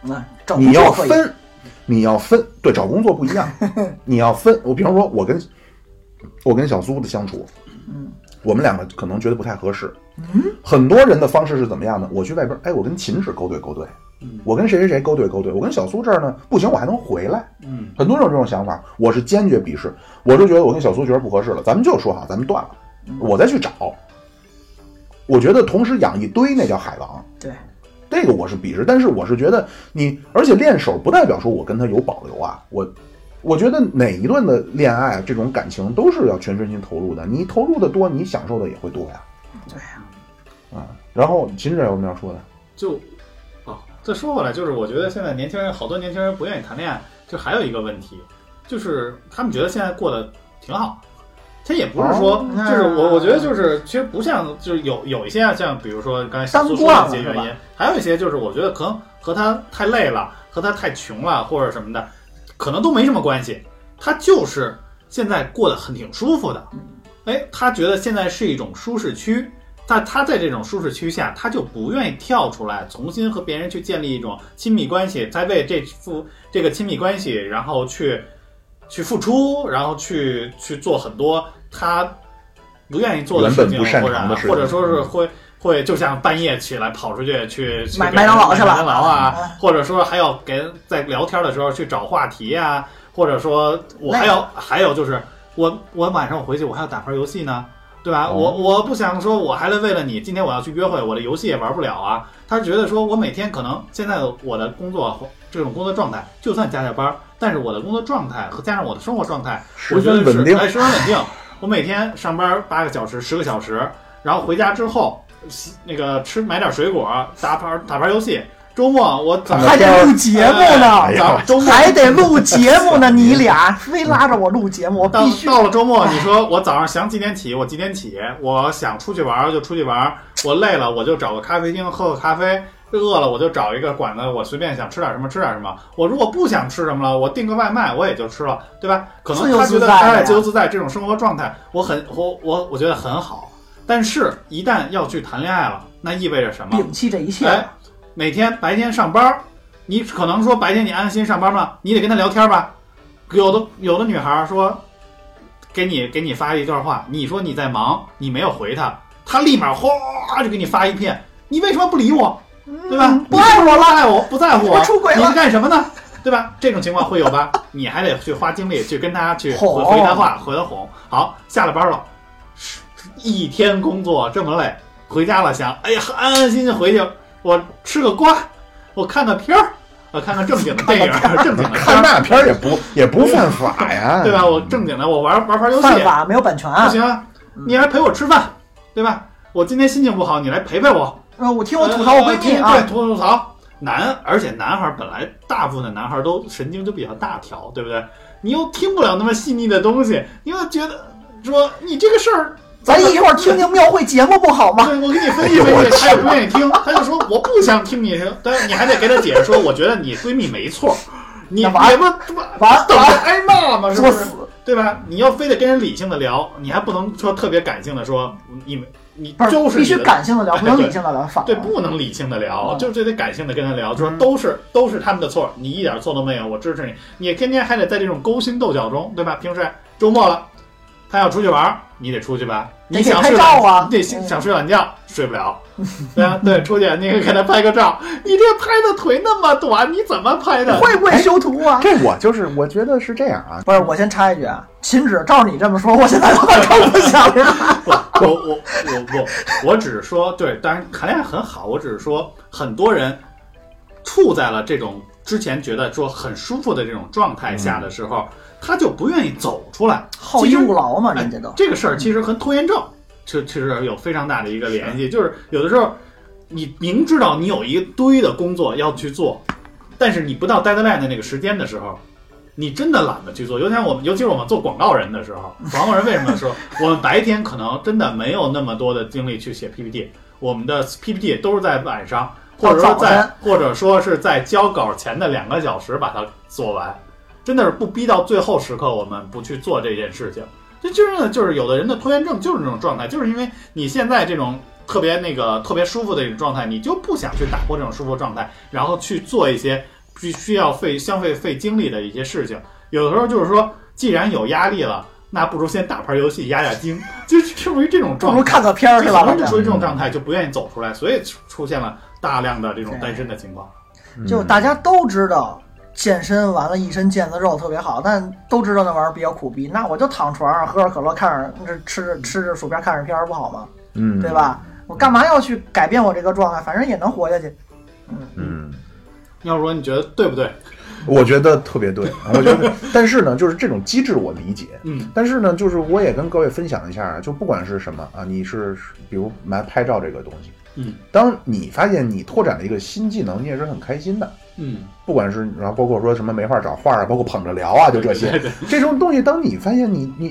S2: 那找
S1: 你
S2: 工
S1: 要
S2: 作可以。
S1: 分，你要分，对，找工作不一
S2: (laughs)
S1: 样，你要分。我比方说，我跟我跟小苏的相处，
S2: 嗯，
S1: 我们两个可能觉得不太合适。嗯，很多人的方式是怎么样的？我去外边，哎，我跟秦纸勾兑勾兑，
S3: 嗯
S1: 我跟谁谁谁勾兑勾兑，我跟小苏这儿呢不行，我还能回来。
S3: 嗯
S1: 很多人有这种想法，我是坚决鄙视。我就觉得我跟小苏觉得不合适了，咱们就说好，咱们断了，
S2: 嗯
S1: 我再去找。我觉得同时养一堆那叫海王，
S2: 对，
S1: 这个我是鄙视，但是我是觉得你，而且练手不代表说我跟他有保留啊，我。我觉得哪一段的恋爱，这种感情都是要全身心投入的。你投入的多，你享受的也会多呀。
S2: 对啊，
S1: 啊，然后秦志有什么要说的？
S3: 就哦，再说回来，就是我觉得现在年轻人好多年轻人不愿意谈恋爱，就还有一个问题，就是他们觉得现在过得挺好。他也不是说，
S2: 哦
S3: 就是我，
S2: 那
S3: 我觉得就是，其实不像，就是有有一些啊像，比如说刚才小苏说
S2: 当
S3: 的
S2: 惯
S3: 一
S2: 了
S3: 些原
S2: 是
S3: 因，还有一些就是我觉得可能和他太累了，和他太穷了或者什么的，可能都没什么关系。他就是现在过得很挺舒服的，哎，他觉得现在是一种舒适区，但他在这种舒适区下，他就不愿意跳出来，重新和别人去建立一种亲密关系，再为这付这个亲密关系，然后去去付出，然后去去做很多他不愿意做的事
S1: 原
S3: 情，
S1: 本不擅
S3: 或者
S1: 长的事情嗯
S3: 或者说是会。会就像半夜起来跑出去去去
S2: 买
S3: 给
S2: 麦
S3: 人
S2: 当劳去了
S3: 买麦当劳啊
S2: 啊，
S3: 或者说还要给人在聊天的时候去找话题啊，或者说我还有还有就是我我晚上我回去我还要打盘游戏呢，对吧？
S1: 哦
S3: 我我不想说我还得为了你今天我要去约会，我的游戏也玩不了啊。他是觉得说我每天可能现在我的工作这种工作状态，就算加加班，但是我的工作状态和加上我的生活状态，我
S1: 十
S3: 觉得
S1: 分
S3: 是
S1: 稳定，
S3: 哎，十分稳定。我每天上班八个小时、十个小时，然后回家之后，洗那个吃买点水果，打盘打盘游戏。周末我早上
S2: 还得录节目
S1: 啊哎
S2: 呢，
S1: 呀
S3: 早周末
S2: 还得录节目
S1: (laughs) 啊
S2: 呢，你俩非拉着我录节目，我
S3: 到
S2: 必须哎
S3: 到了周末，你说我早上想几点起，我几点起，我想出去玩儿就出去玩儿，我累了我就找个咖啡厅喝个咖啡，饿了我就找一个馆子，我随便想吃点什么吃点什么。我如果不想吃什么了，我订个外卖我也就吃了，对吧？可能
S2: 自由
S3: 他
S2: 自
S3: 觉得
S2: 在呀
S3: 哎自由自在这种生活状态，我很我我我觉得很好。但是，一旦要去谈恋爱了，那意味着什么？
S2: 摒弃这一切，
S3: 哎，每天白天上班，你可能说白天你安心上班嘛，你得跟他聊天吧。有的有的女孩说，给你给你发一段话，你说你在忙，你没有回她，她立马哗就给你发一片，你为什么不理我？对吧？
S2: 嗯不爱我
S3: 不
S2: 了，
S3: 爱我，不在乎
S2: 我出轨
S3: 你
S2: 了
S3: 是干什么呢？对吧？这种情况会有吧？你还得去花精力去跟他去回
S2: 哄
S3: 回他话，回他哄。好，下了班了，一天工作这么累，回家了想，哎呀，安安心心回去，我吃个瓜，我看个片儿，我看看正经的电影，正经的片
S1: 看
S3: 儿，
S1: 那片儿也不也不犯法 (laughs) 呀，
S3: 对吧？我正经的，我玩玩盘游戏，
S2: 犯法没有版权啊
S3: 不。行啊，你来陪我吃饭，对吧？我今天心情不好，你来陪陪我，
S2: 呃，我听我吐槽我闺
S1: 哎
S2: 蜜
S3: 呃对，
S2: 啊，
S3: 吐吐槽。男，而且男孩本来大部分的男孩都神经就比较大条，对不对？你又听不了那么细腻的东西，你又觉得说你这个事儿，
S2: 咱一会儿听听庙会节目不好
S3: (laughs)
S2: 吗？
S3: 对我给你分析分析，他也不愿意 (laughs) 听，他就说我不想听你听，但是你还得给他解释说，我觉得你闺蜜没错， (laughs) 你
S2: 那
S3: 你
S2: 完
S3: 不这不
S2: 完
S3: 等着挨骂吗？是
S2: 作
S3: 不是？
S2: 死！
S3: (laughs) 对吧？你要非得跟人理性的聊，你还不能说特别感性的说你你
S2: 不
S3: 就是是
S2: 必
S3: 你
S2: 须
S3: 的
S2: 感性的聊，不能理性的聊，反
S3: 对，
S2: 了
S3: 不能理性的聊，
S2: 嗯
S3: 就就得感性的跟他聊，就
S2: 嗯
S3: 说都是都是他们的错，你一点错都没有，我支持你。你天天还得在这种勾心斗角中，对吧？平时周末了，他要出去玩儿，你得出去吧。
S2: 得
S3: 你想
S2: 给
S3: 睡
S2: 拍照
S3: 懒
S2: 啊
S3: 你得
S2: 嗯
S3: 想睡懒觉，睡不了。对啊，对，出去你给他拍个照，你这拍的腿那么短，你怎么拍的？
S2: 会不会修图啊？
S1: 这我就是我觉得是这样啊，
S2: 不是，我先插一句啊，秦止，照你这么说，我现在他妈更不想
S3: (laughs)
S2: 了。
S3: 我我我不，我只是说，对，当然谈恋爱很好，我只是说，很多人处在了这种之前觉得说很舒服的这种状态下的时候，他就不愿意走出来。
S2: 好逸恶劳嘛，人家都。
S3: 这个事儿其实和拖延症就其实有非常大的一个联系，就是有的时候你明知道你有一堆的工作要去做，但是你不到 deadline 的那个时间的时候。你真的懒得去做，尤其像我们，尤其是我们做广告人的时
S2: (laughs)
S3: 候，广告人为什么说我们白天可能真的没有那么多的精力去写 PPT，我们的 PPT 都是在晚上，或者说
S2: 到早
S3: 在
S2: 晨
S3: 或者说是在交稿前的两个小时把它做完，真的是不逼到最后时刻我们不去做这件事情。这就是呢，就是有的人的拖延症就是这种状态，就是因为你现在这种特别那个特别舒服的一种状态，你就不想去打破这种舒服状态，然后去做一些必须要费相费费精力的一些事情。有的时候就是说，既然有压力了，那不如先打盘游戏压压惊，就是处于这种
S2: 不
S3: 状
S2: 如
S3: 态。
S2: 看个片儿
S3: 就是很
S2: 吧？
S3: 多
S2: 反
S3: 人就
S2: 正
S3: 处于这种状态，就不愿意走出来，所以出现了大量的这种单身的情况。
S1: 嗯
S2: 就大家都知道健身完了一身腱子肉特别好，但都知道那玩意儿比较苦逼。那我就躺床上喝着可乐，看着吃
S3: 嗯
S2: 着吃着薯片，看着片儿不好吗？
S1: 嗯，
S2: 对？吧？我干嘛要去改变我这个状态？反正也能活下去。
S1: 嗯，
S3: 要说你觉得对不对？
S1: 我觉得特别对，我觉得，但是呢，就是这种机制我理解，
S3: 嗯，
S1: 但是呢，就是我也跟各位分享一下啊，就不管是什么啊，你是比如买拍照这个东西，
S3: 嗯，
S1: 当你发现你拓展了一个新技能，你也是很开心的。
S3: 嗯，
S1: 不管是然后包括说什么没话找话啊，包括捧着聊啊，就这些
S3: 对对
S1: 这种东西，当你发现你你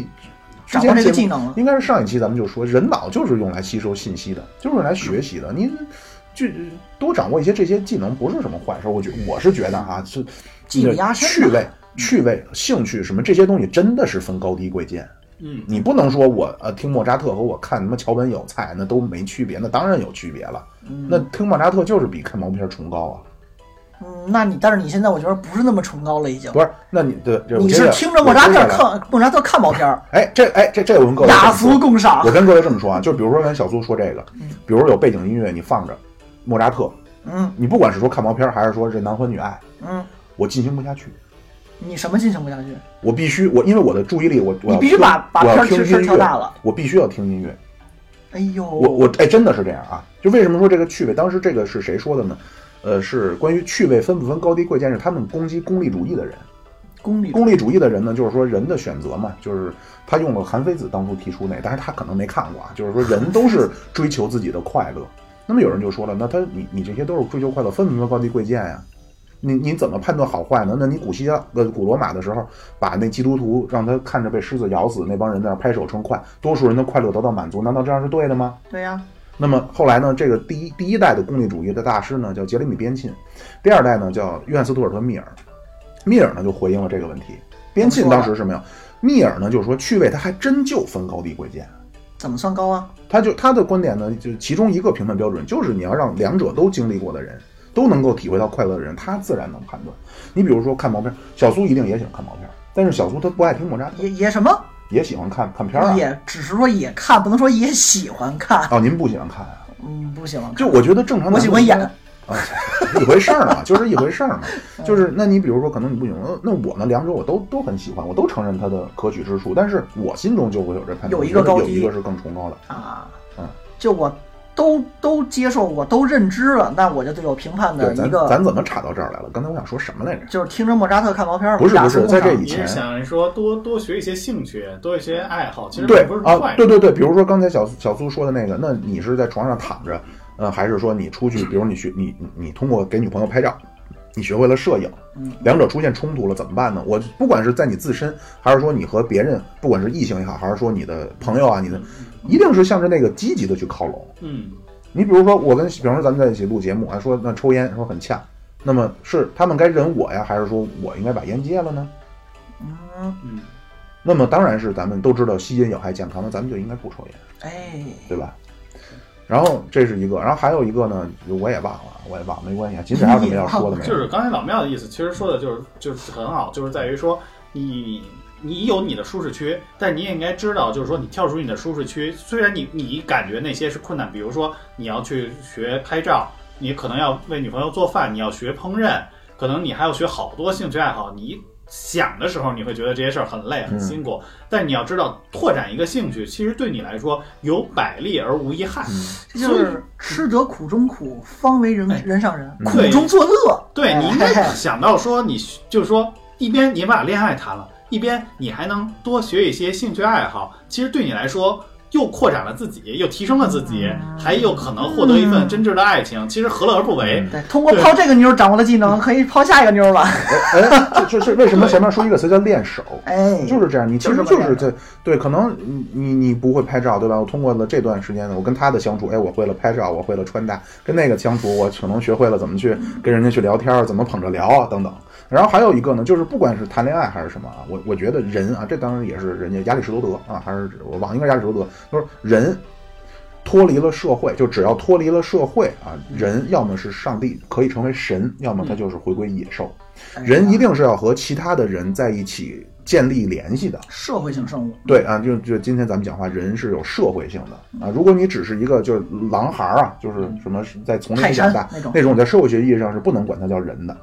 S1: 之
S2: 掌握
S1: 前
S2: 这个
S1: 节
S2: 技
S1: 目
S2: 能了，
S1: 应该是上一期咱们就说，人脑就是用来吸收信息的，就是用来学习的。你就多掌握一些这些技能，不是什么坏事。我觉我是觉得啊，是
S2: 嗯技不压身
S1: 趣
S2: 嘛
S1: 味、趣味、兴趣什么这些东西，真的是分高低贵贱。
S3: 嗯
S1: 你不能说我呃听莫扎特和我看什么桥本有菜那都没区别，那当然有区别了。那听莫扎特就是比看毛片崇高啊，
S2: 嗯，那你但是你现在我觉得不是那么崇高了，已经。
S1: 不是？那你对，这
S2: 你是听着莫扎特？看莫扎特看毛片儿，
S1: 我接着来哎，这哎这这我跟各位这么
S2: 雅
S1: 说
S2: 俗共赏
S1: 我。跟各位这么说啊，就比如说跟小苏说这个，比如有背景音乐你放着莫扎特，
S2: 嗯
S1: 你不管是说看毛片儿还是说这男欢女爱，
S2: 嗯，
S1: 我进行不下去。
S2: 你什么进行不下去？
S1: 我必须我因为我的注意力我我要
S2: 你必须
S1: 听
S2: 把把
S1: 我
S2: 片
S1: 要
S2: 儿
S1: 听
S2: 吃吃
S1: 音
S2: 调大
S1: 乐
S2: 了，
S1: 我必须要听音乐。
S2: 哎呦，
S1: 我我哎，真的是这样啊！就为什么说这个趣味？当时这个是谁说的呢？呃，是关于趣味分不分高低贵贱，是他们攻击功利主义的人。
S2: 功利
S1: 功利主义的人呢，就是说人的选择嘛，就是他用了韩非子当初提出那，但是他可能没看过啊，就是说人都是追求自己的快乐。那么有人就说了，那他你你这些都是追求快乐，分不分高低贵贱呀、你你怎么判断好坏呢？那你古希腊呃古罗马的时候，把那基督徒让他看着被狮子咬死，那帮人在那儿拍手称快，多数人的快乐得到满足，难道这样是对的吗？
S2: 对呀，
S1: 那么后来呢，这个第一第一代的功利主义的大师呢叫杰里米·边沁，第二代呢叫约翰斯图尔特·密尔，密尔呢就回应了这个问题。边沁
S2: 啊
S1: 当时是没有，密尔呢就说趣味它还真就分高低贵贱，
S2: 怎么算高啊？
S1: 他就他的观点呢，就其中一个评判标准就是你要让两者都经历过的人，都能够体会到快乐的人，他自然能判断。你比如说看毛片，小苏一定也喜欢看毛片，但是小苏他不爱听莫扎特，
S2: 也也什么？
S1: 也喜欢看看片儿啊。
S2: 也只是说也看，不能说也喜欢看。
S1: 哦，您不喜欢看啊？
S2: 嗯，不喜欢看。
S1: 就我觉得正常
S2: 我
S1: 男
S2: 喜
S1: 的
S2: 欢
S1: 应该
S2: 演
S1: 啊， (laughs) 一回事儿嘛，就是一回事儿嘛，(laughs)
S2: 嗯
S1: 就是那你比如说，可能你不喜欢，那我呢，两者我都都很喜欢，我都承认它的可取之处，但是我心中就会有这判断，
S2: 有一个高
S1: 我觉得
S2: 低
S1: 有一个是更崇高的，
S2: 啊
S1: 嗯，
S2: 就我都都接受，我都认知了，那我就对有评判的
S1: 对，
S2: 一
S1: 咱
S2: 个，
S1: 咱怎么岔到这儿来了？刚才我想说什么来着？
S2: 就是听着莫扎特看毛片儿，
S1: 不是
S2: 打
S1: 不是
S2: 字幕
S1: 在这
S2: 上
S1: 以
S3: 你
S1: 前
S3: 是想说多多学一些兴趣，多一些爱好，其实
S1: 对
S3: 并不是坏
S1: 啊，
S3: 事
S1: 对对对，比如说刚才小苏小苏说的那个，那你是在床上躺着，呃，还是说你出去，比如你学你你你通过给女朋友拍照，你学会了摄影
S2: 嗯，
S1: 两者出现冲突了怎么办呢？我不管是在你自身，还是说你和别人，不管是异性也好，还是说你的朋友啊，你的，一定是向着那个积极的去靠拢。
S3: 嗯，
S1: 你比如说我跟，比方说咱们在一起录节目啊，说那抽烟说很呛，那么是他们该忍我呀，还是说我应该把烟戒了呢？
S2: 嗯，
S3: 嗯，
S1: 那么当然是咱们都知道吸烟有害健康，那咱们就应该不抽烟。
S2: 哎，
S1: 对吧？然后这是一个，然后还有一个呢，我也忘了，我也忘了，没关系啊。金姐还有什么要说的没有？
S3: (laughs) 就是刚才老庙的意思，其实说的就是就是很好，就是在于说你你有你的舒适区，但你也应该知道，就是说你跳出你的舒适区，虽然你你感觉那些是困难，比如说你要去学拍照，你可能要为女朋友做饭，你要学烹饪，可能你还要学好多兴趣爱好，你。想的时候，你会觉得这些事儿很累很辛苦，但你要知道，拓展一个兴趣，其实对你来说有百利而无一害。
S1: 嗯
S2: 这就是吃得苦中苦，方为人
S3: 哎
S2: 人上
S1: 嗯
S2: 人，苦
S3: 对
S2: 中作乐。
S3: 对
S2: 哎
S3: 你 (laughs) 应该想到说你，就是说，一边你把恋爱谈了，一边你还能多学一些兴趣爱好，其实对你来说又扩展了自己，又提升了自己，还有可能获得一份真挚的爱情，其实何乐而不为？
S2: 对，通过抛这个妞掌握了技能，可以抛下一个
S1: (laughs)
S2: 妞吧？
S1: 哎，这这这为什么前面说一个词叫练
S3: (laughs)
S1: 手？
S2: 哎，
S1: 就是这样，你其实
S2: 就
S1: 就是
S2: 这
S1: 是
S2: 样
S1: 在对，可能你你你不会拍照，对吧？我通过了这段时间呢，我跟他的相处，哎，我会了拍照，我会了穿搭，跟那个相处，我可能学会了怎么去跟人家去聊天儿，怎么捧着聊啊，等等。然后还有一个呢，就是不管是谈恋爱还是什么啊，我我觉得人啊，这当然也是人家亚里士多德啊，还是我忘了应该是亚里士多德，就是人脱离了社会，就只要脱离了社会啊，人要么是上帝可以成为神，要么他就是回归野兽。
S2: 哎呀
S1: 人一定是要和其他的人在一起建立联系的。
S2: 社会性生物。
S1: 对啊，就就今天咱们讲话，人是有社会性的啊。如果你只是一个就是狼孩儿啊，就是什么是在丛林里长大
S2: 泰山那种嗯
S1: 那种，在社会学意义上是不能管它叫人的。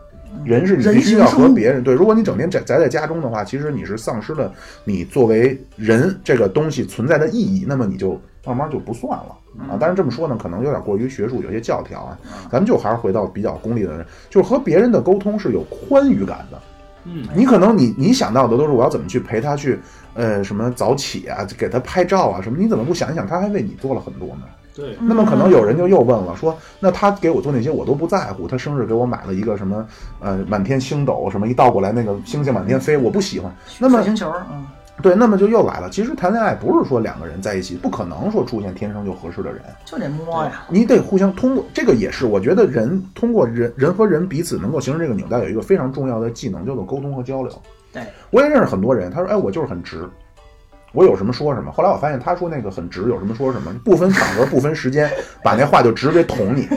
S1: 人是你
S2: 人
S1: 必须
S2: 是
S1: 要
S2: 生
S1: 和
S2: 物
S1: 别人对，如果你整天宅宅在家中的话，其实你是丧失了你作为人这个东西存在的意义，那么你就慢慢就不算了
S2: 嗯
S1: 啊。当然这么说呢，可能有点过于学术，有些教条啊。咱们就还是回到比较功利的人，就是和别人的沟通是有宽裕感的。
S3: 嗯，
S1: 你可能你你想到的都是我要怎么去陪他去，呃，什么早起啊，给他拍照啊，什么？你怎么不想一想，他还为你做了很多呢？
S3: 对，
S1: 那么可能有人就又问了，说那他给我做那些我都不在乎，他生日给我买了一个什么，呃，满天星斗什么一倒过来那个星星满天飞，我不喜欢。那么
S2: 水晶球，嗯，
S1: 对，那么就又来了。其实谈恋爱不是说两个人在一起，不可能说出现天生就合适的人。
S2: 就得摸呀。
S1: 你得互相通过这个也是，我觉得人通过人人和人彼此能够形成这个纽带，有一个非常重要的技能，叫做沟通和交流。
S2: 对，
S1: 我也认识很多人，他说：“哎，我就是很直，我有什么说什么。”后来我发现他说那个很直，有什么说什么，不分场合、不分时间，把那话就直给捅你，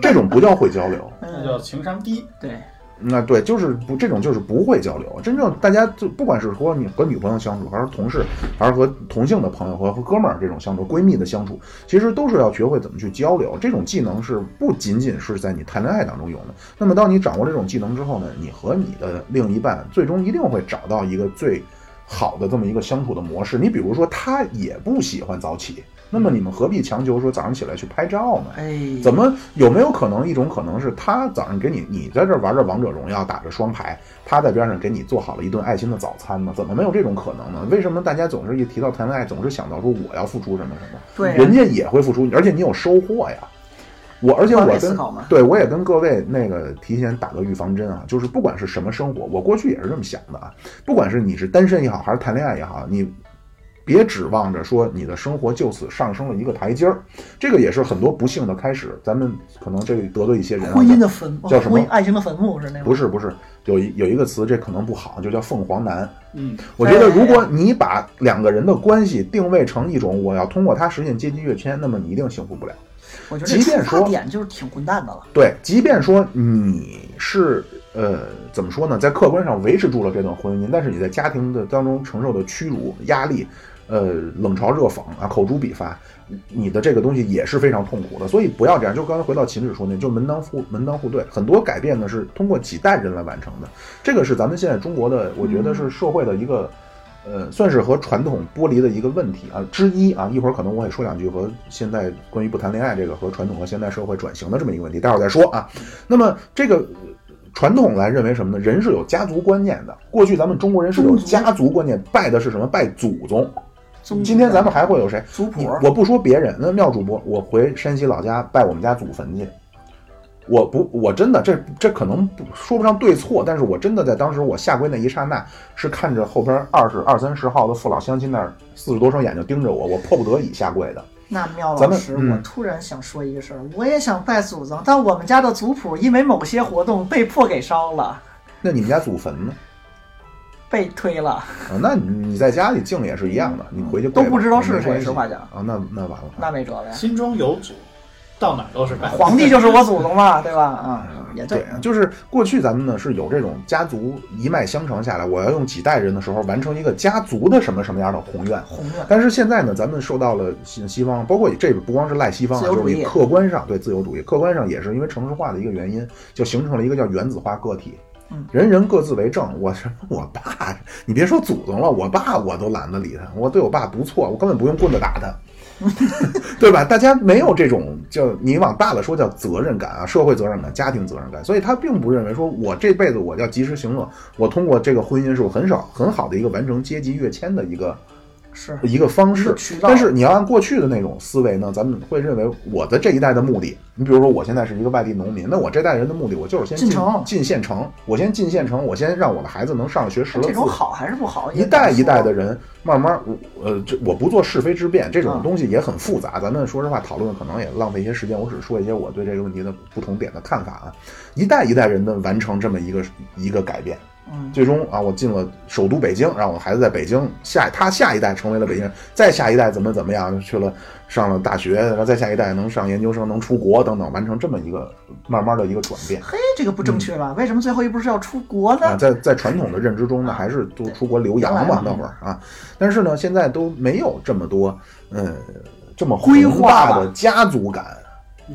S1: 这种不叫会交流。
S3: 那
S2: 嗯，
S3: 叫情商低。
S2: 对，
S1: 那对，就是不这种就是不会交流。真正大家就不管是和你和女朋友相处，还是同事，还是和同性的朋友和和哥们儿这种相处，闺蜜的相处，其实都是要学会怎么去交流。这种技能是不仅仅是在你谈恋爱当中有的。那么当你掌握这种技能之后呢，你和你的另一半最终一定会找到一个最好的这么一个相处的模式。你比如说，他也不喜欢早起，那么你们何必强求说早上起来去拍照呢？
S2: 哎，
S1: 怎么有没有可能一种可能是他早上给你，你在这玩着王者荣耀，打着双排，他在边上给你做好了一顿爱心的早餐呢？怎么没有这种可能呢？为什么大家总是一提到谈恋爱，总是想到说我要付出什么什么？
S2: 对啊
S1: 人家也会付出，而且你有收获呀。我而且
S2: 换
S1: 我
S2: 位思
S1: 跟
S2: 考嘛
S1: 对我也跟各位那个提前打个预防针啊，就是不管是什么生活，我过去也是这么想的啊，不管是你是单身也好，还是谈恋爱也好，你别指望着说你的生活就此上升了一个台阶儿，这个也是很多不幸的开始。咱们可能这得罪一些人啊，
S2: 婚姻的坟墓，
S1: 叫什么
S2: 婚姻爱情的坟墓是那
S1: 不
S2: 种。
S1: 是不是，有一有一个词这可能不好，就叫凤凰男。
S3: 嗯，
S1: 我觉得，如果你把两个人的关系定位成一种我要通过它实现阶级跃迁，那么你一定幸福不了。
S2: 我觉得这
S1: 即便
S2: 出
S1: 说
S2: 发点就是挺混蛋的了。
S1: 对，即便说你是呃怎么说呢，在客观上维持住了这段婚姻，但是你在家庭的当中承受的屈辱、压力，呃，冷嘲热讽啊，口诛笔伐，你的这个东西也是非常痛苦的。所以不要这样。就刚才回到秦止说那，就门当户门当户对，很多改变呢是通过几代人来完成的。这个是咱们现在中国的，我觉得是社会的一个。呃，算是和传统剥离的一个问题啊之一啊。一会儿可能我也说两句和现在关于不谈恋爱这个和传统和现代社会转型的这么一个问题，待会儿再说啊。那么这个呃传统来认为什么呢？人是有家族观念的。过去咱们中国人是有
S2: 宗族
S1: 家族观念，拜的是什么？拜祖宗。
S2: 宗
S1: 今天咱们还会有谁？
S2: 族谱
S1: 你，我不说别人，那妙主播，我回山西老家拜我们家祖坟去。我不，我真的这这可能不说不上对错，但是我真的在当时我下跪那一刹那，是看着后边二十二三十号的父老乡亲那儿四十多双眼睛盯着我，我迫不得已下跪的。
S2: 那妙
S1: 咱
S2: 老
S1: 们
S2: 师，
S1: 嗯
S2: 我突然想说一个事儿，我也想拜祖宗，但我们家的族谱因为某些活动被迫给烧了，
S1: 那你们家祖坟呢？
S2: 被推了，
S1: 啊，那你你在家里敬也是一样的，你回去跪
S2: 都
S1: 吧
S2: 不知道是
S1: 没关
S2: 谁
S1: 系
S2: 实话讲
S1: 啊，那那完了，
S2: 那没辙了呀。
S3: 心中有主，到哪儿都是伴。
S2: 皇帝就是我祖宗
S1: (laughs)
S2: 嘛，对吧？啊、也
S1: 对，就是过去咱们呢是有这种家族一脉相承下来，我要用几代人的时候完成一个家族的什么什么样的宏愿。
S2: 宏愿。
S1: 但是现在呢，咱们受到了西西方，包括这不光是赖西方、啊，
S2: 自由
S1: 就是
S2: 主义
S1: 你客观上对自由主义，客观上也是因为城市化的一个原因，就形成了一个叫原子化个体
S2: 嗯。
S1: 人人各自为政，我什么我爸，你别说祖宗了，我爸我都懒得理他，我对我爸不错，我根本不用棍子打他，
S2: (laughs)
S1: 对吧？大家没有这种叫你往大了说叫责任感啊，社会责任感、家庭责任感，所以他并不认为说我这辈子我要及时行乐，我通过这个婚姻是我很少很好的一个完成阶级跃迁的一个
S2: 是
S1: 一个方
S2: 一
S1: 式
S2: 个渠，道
S1: 但是你要按过去的那种思维呢，咱们会认为我的这一代的目的，你比如说我现在是一个外地农民，那我这代人的目的，我就是先进
S2: 进城
S1: 进县城，我先进县城，我先让我的孩子能上学识了
S2: 啊这
S1: 字
S2: 种，好还是不好？
S1: 一代一代的人慢慢，我呃，这我不做是非之辩，这种
S2: 嗯
S1: 东西也很复杂。咱们说实话，讨论可能也浪费一些时间，我只说一些我对这个问题的不同点的看法啊。一代一代人的完成这么一个一个改变，
S2: 嗯，
S1: 最终啊，我进了首都北京，让我的孩子在北京下他下一代成为了北京人，再下一代怎么怎么样去了上了大学，然后再下一代能上研究生，能出国等等，完成这么一个慢慢的一个转变
S2: 嘿，这个不正确吧？为什么最后一步是要出国
S1: 嗯啊，
S2: 呢？
S1: 在在传统的认知
S2: 啊
S1: 中呢，还是都出国留洋
S2: 原来
S1: 嘛
S2: 嘛
S1: 那会儿啊，但是呢，现在都没有这么多呃这么
S2: 规
S1: 宏
S2: 划
S1: 大
S2: 吧
S1: 的家族感。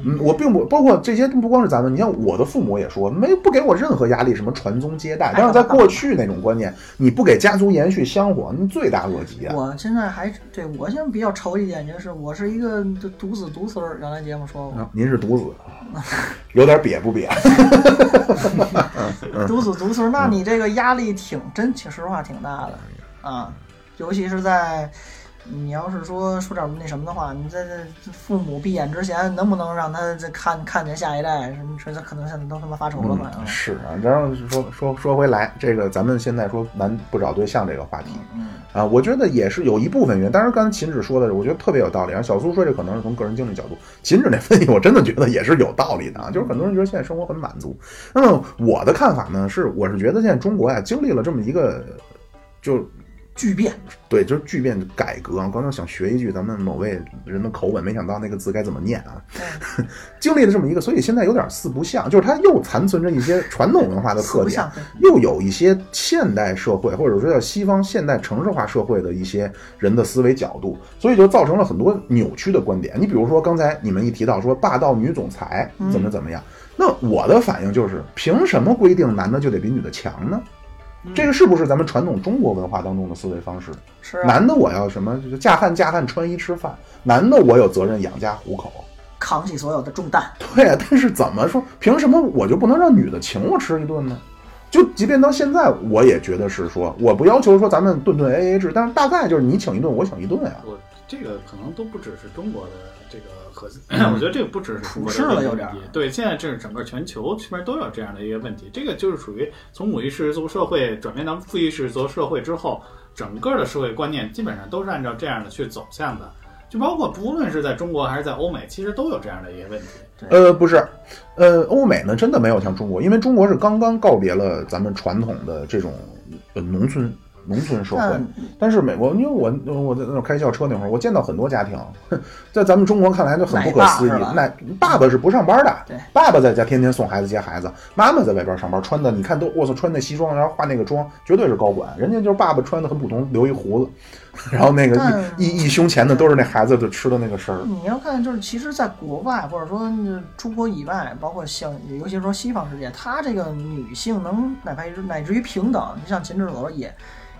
S1: 嗯，我并不包括这些，不光是咱们，你像我的父母也说，没不给我任何压力，什么传宗接代。但是在过去那种观念，你不给家族延续香火，那罪大恶极啊！
S2: 我现在还对我现在比较愁一点就是，我是一个独子独孙儿，原来节目说过，
S1: 啊您是独子，啊有点瘪啊不瘪？嗯
S2: 独子独孙儿，那你这个压力挺真，挺实话挺大的
S1: 嗯
S2: 啊，尤其是在。你要是说说点那什么的话，你在这父母闭眼之前，能不能让他这看看见下一代？什么这这可能现在都他妈发愁了吧？啊
S1: 嗯，是啊。然后说说说回来，这个咱们现在说男不找对象这个话题，
S2: 嗯，
S1: 啊，我觉得也是有一部分原因。当然，刚才秦止说的，我觉得特别有道理。然后啊小苏说这可能是从个人经历角度，秦止那分析我真的觉得也是有道理的啊。就是很多人觉得现在生活很满足，那么我的看法呢是，我是觉得现在中国呀、经历了这么一个就
S2: 巨变，
S1: 对，就是巨变改革啊。刚刚想学一句咱们某位人的口吻，没想到那个字该怎么念啊。经历了这么一个，所以现在有点四不像，就是它又残存着一些传统文化的特
S2: 四不
S1: 点
S2: 像对，
S1: 又有一些现代社会或者说叫西方现代城市化社会的一些人的思维角度，所以就造成了很多扭曲的观点。你比如说刚才你们一提到说霸道女总裁
S2: 嗯
S1: 怎么怎么样，那我的反应就是，凭什么规定男的就得比女的强呢？这个是不是咱们传统中国文化当中的思维方式？
S2: 嗯是啊，
S1: 男的我要什么？就是嫁汉嫁汉穿衣吃饭，男的我有责任养家糊口。
S2: 扛起所有的重担。
S1: (laughs) 对啊，但是怎么说？凭什么我就不能让女的请我吃一顿呢？就即便到现在，我也觉得是说，我不要求说咱们顿顿 A A 制，但是大概就是你请一顿，我请一顿呀、
S3: 我这个可能都不只是中国的这个核
S2: (clears throat)
S3: 心，我觉得这个不只是中国
S2: 普世了
S3: 的
S2: 有
S3: 问
S2: 点儿
S3: 题。对，现在这是整个全球基本上都有这样的一个问题。这个就是属于从母意识族社会转变到父意识族社会之后，整个的社会观念基本上都是按照这样的去走向的。就包括不论是在中国还是在欧美，其实都有这样的一个问题。
S1: 呃，不是，呃，欧美呢真的没有像中国，因为中国是刚刚告别了咱们传统的这种呃农村农村社会
S2: 但，
S1: 但是美国，因为我我在那儿开校车那会儿，我见到很多家庭， (laughs) 哼在咱们中国看来就很不可思议
S2: 奶爸是吧。
S1: 那爸爸是不上班的
S2: 对，
S1: 爸爸在家天天送孩子接孩子，妈妈在外边上班，穿的你看都我操，穿那西装，然后化那个妆，绝对是高管。人家就是爸爸穿的很普通，留一胡子，然后那个
S2: 但
S1: 一一一胸前的都是那孩子的吃的那个食儿。
S2: 你要看，就是其实，在国外或者说嗯中国以外，包括像尤其是说西方世界，它这个女性能哪怕是乃至于平等，你像秦志所说也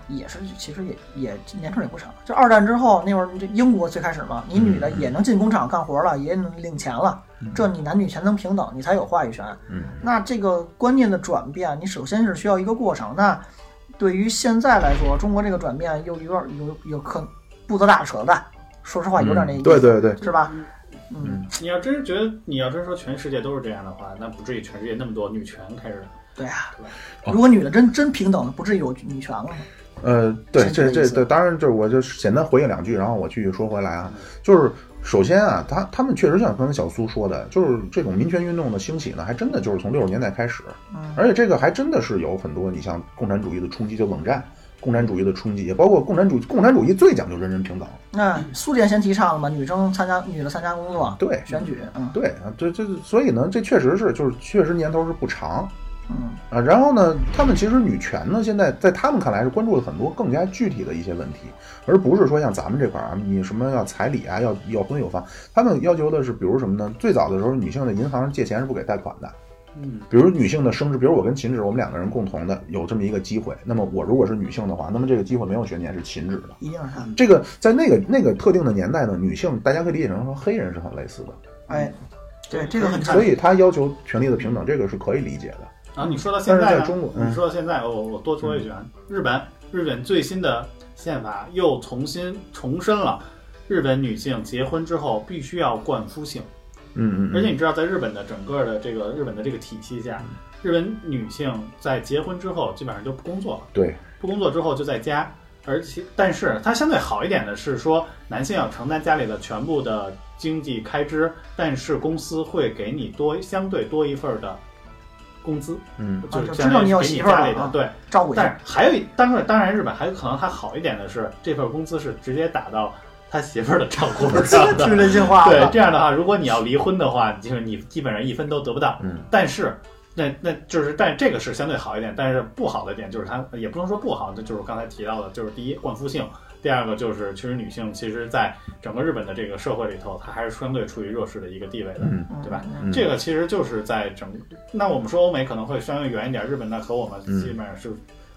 S2: 也是，其实也也年头也不长。就二战之后那会儿，这英国最开始嘛，你女的也能进工厂干活了，也能领钱了，这你男女全能平等，你才有话语权。
S1: 嗯，
S2: 那这个观念的转变，你首先是需要一个过程。那对于现在来说，中国这个转变又有点有有可步子大扯淡，说实话有点那意
S1: 嗯
S2: 思。
S1: 对对对，
S2: 是吧？嗯，
S3: 你要真是觉得，你要真说全世界都是这样的话，那不至于全世界那么多女权开始。
S2: 对啊
S3: 对吧。
S1: 哦
S2: 如果女的真真平等，不至于有女权了。
S1: 呃，对，
S2: 是这
S1: 这
S2: 个意
S1: 这
S2: 思
S1: 对，当然这我就简单回应两句，然后我继续说回来啊，就是首先啊，他他们确实像刚才小苏说的，就是这种民权运动的兴起呢，还真的就是从六十年代开始，
S2: 嗯
S1: 而且这个还真的是有很多你像共产主义的冲击，就冷战。共产主义的冲击，也包括共产主义。共产主义最讲究人人平等，
S2: 那苏联先提倡了嘛，女生参加女的参加工作、
S1: 对
S2: 选举，嗯
S1: 对啊，这这所以呢，这确实是就是确实年头是不长，
S2: 嗯，
S1: 啊，然后呢，他们其实女权呢，现在在他们看来是关注了很多更加具体的一些问题，而不是说像咱们这块儿啊，你什么要彩礼啊，要要婚有房，他们要求的是，比如什么呢？最早的时候，女性的银行借钱是不给贷款的，
S3: 嗯，
S1: 比如女性的升职，比如我跟秦止，我们两个人共同的有这么一个机会，那么我如果是女性的话，那么这个机会没有悬念是秦止的。
S2: 一定是她。
S1: 这个在那个那个特定的年代呢，女性大家可以理解成和黑人是很类似的，
S2: 哎，对，这个很
S1: 所以他要求权利的平等，这个是可以理解的。
S3: 然啊后你说到现在
S1: 但是
S3: 呢，
S1: 在中国嗯
S3: 你说到现在，我、我多说一句啊，日本日本最新的宪法又重新重申了，日本女性结婚之后必须要冠夫姓，
S1: 嗯嗯嗯
S3: 而且你知道，在日本的整个的这个日本的这个体系下，日本女性在结婚之后基本上就不工作了。
S1: 对，
S3: 不工作之后就在家，而且但是它相对好一点的是说，男性要承担家里的全部的经济开支，但是公司会给你多相对多一份儿的工资，
S1: 嗯
S2: 啊
S3: 是
S2: 就
S3: 相
S2: 知道
S3: 当于
S2: 你有
S3: 给你
S2: 媳妇儿
S3: 家
S2: 了
S3: 里的
S2: 啊
S3: 对。
S2: 照顾一
S3: 但
S2: 下
S3: 是。还有一当然当然日本还有可能它好一点的是，这份工资是直接打到他媳妇儿的账户上 (laughs) 的
S2: 听。人性化
S3: 对
S2: 了，，
S3: 这样的话，如果你要离婚的话，就是你基本上一分都得不到。
S1: 嗯。
S3: 但是那那就是，但这个是相对好一点，但是不好的点就是它也不能说不好，那就是刚才提到的，就是第一灌夫性，第二个就是其实女性其实在整个日本的这个社会里头，她还是相对处于弱势的一个地位的，
S1: 嗯
S3: 对吧？
S1: 嗯
S3: 这个其实就是在整，那我们说欧美可能会相对远一点，日本呢和我们
S1: 嗯
S3: 基本上是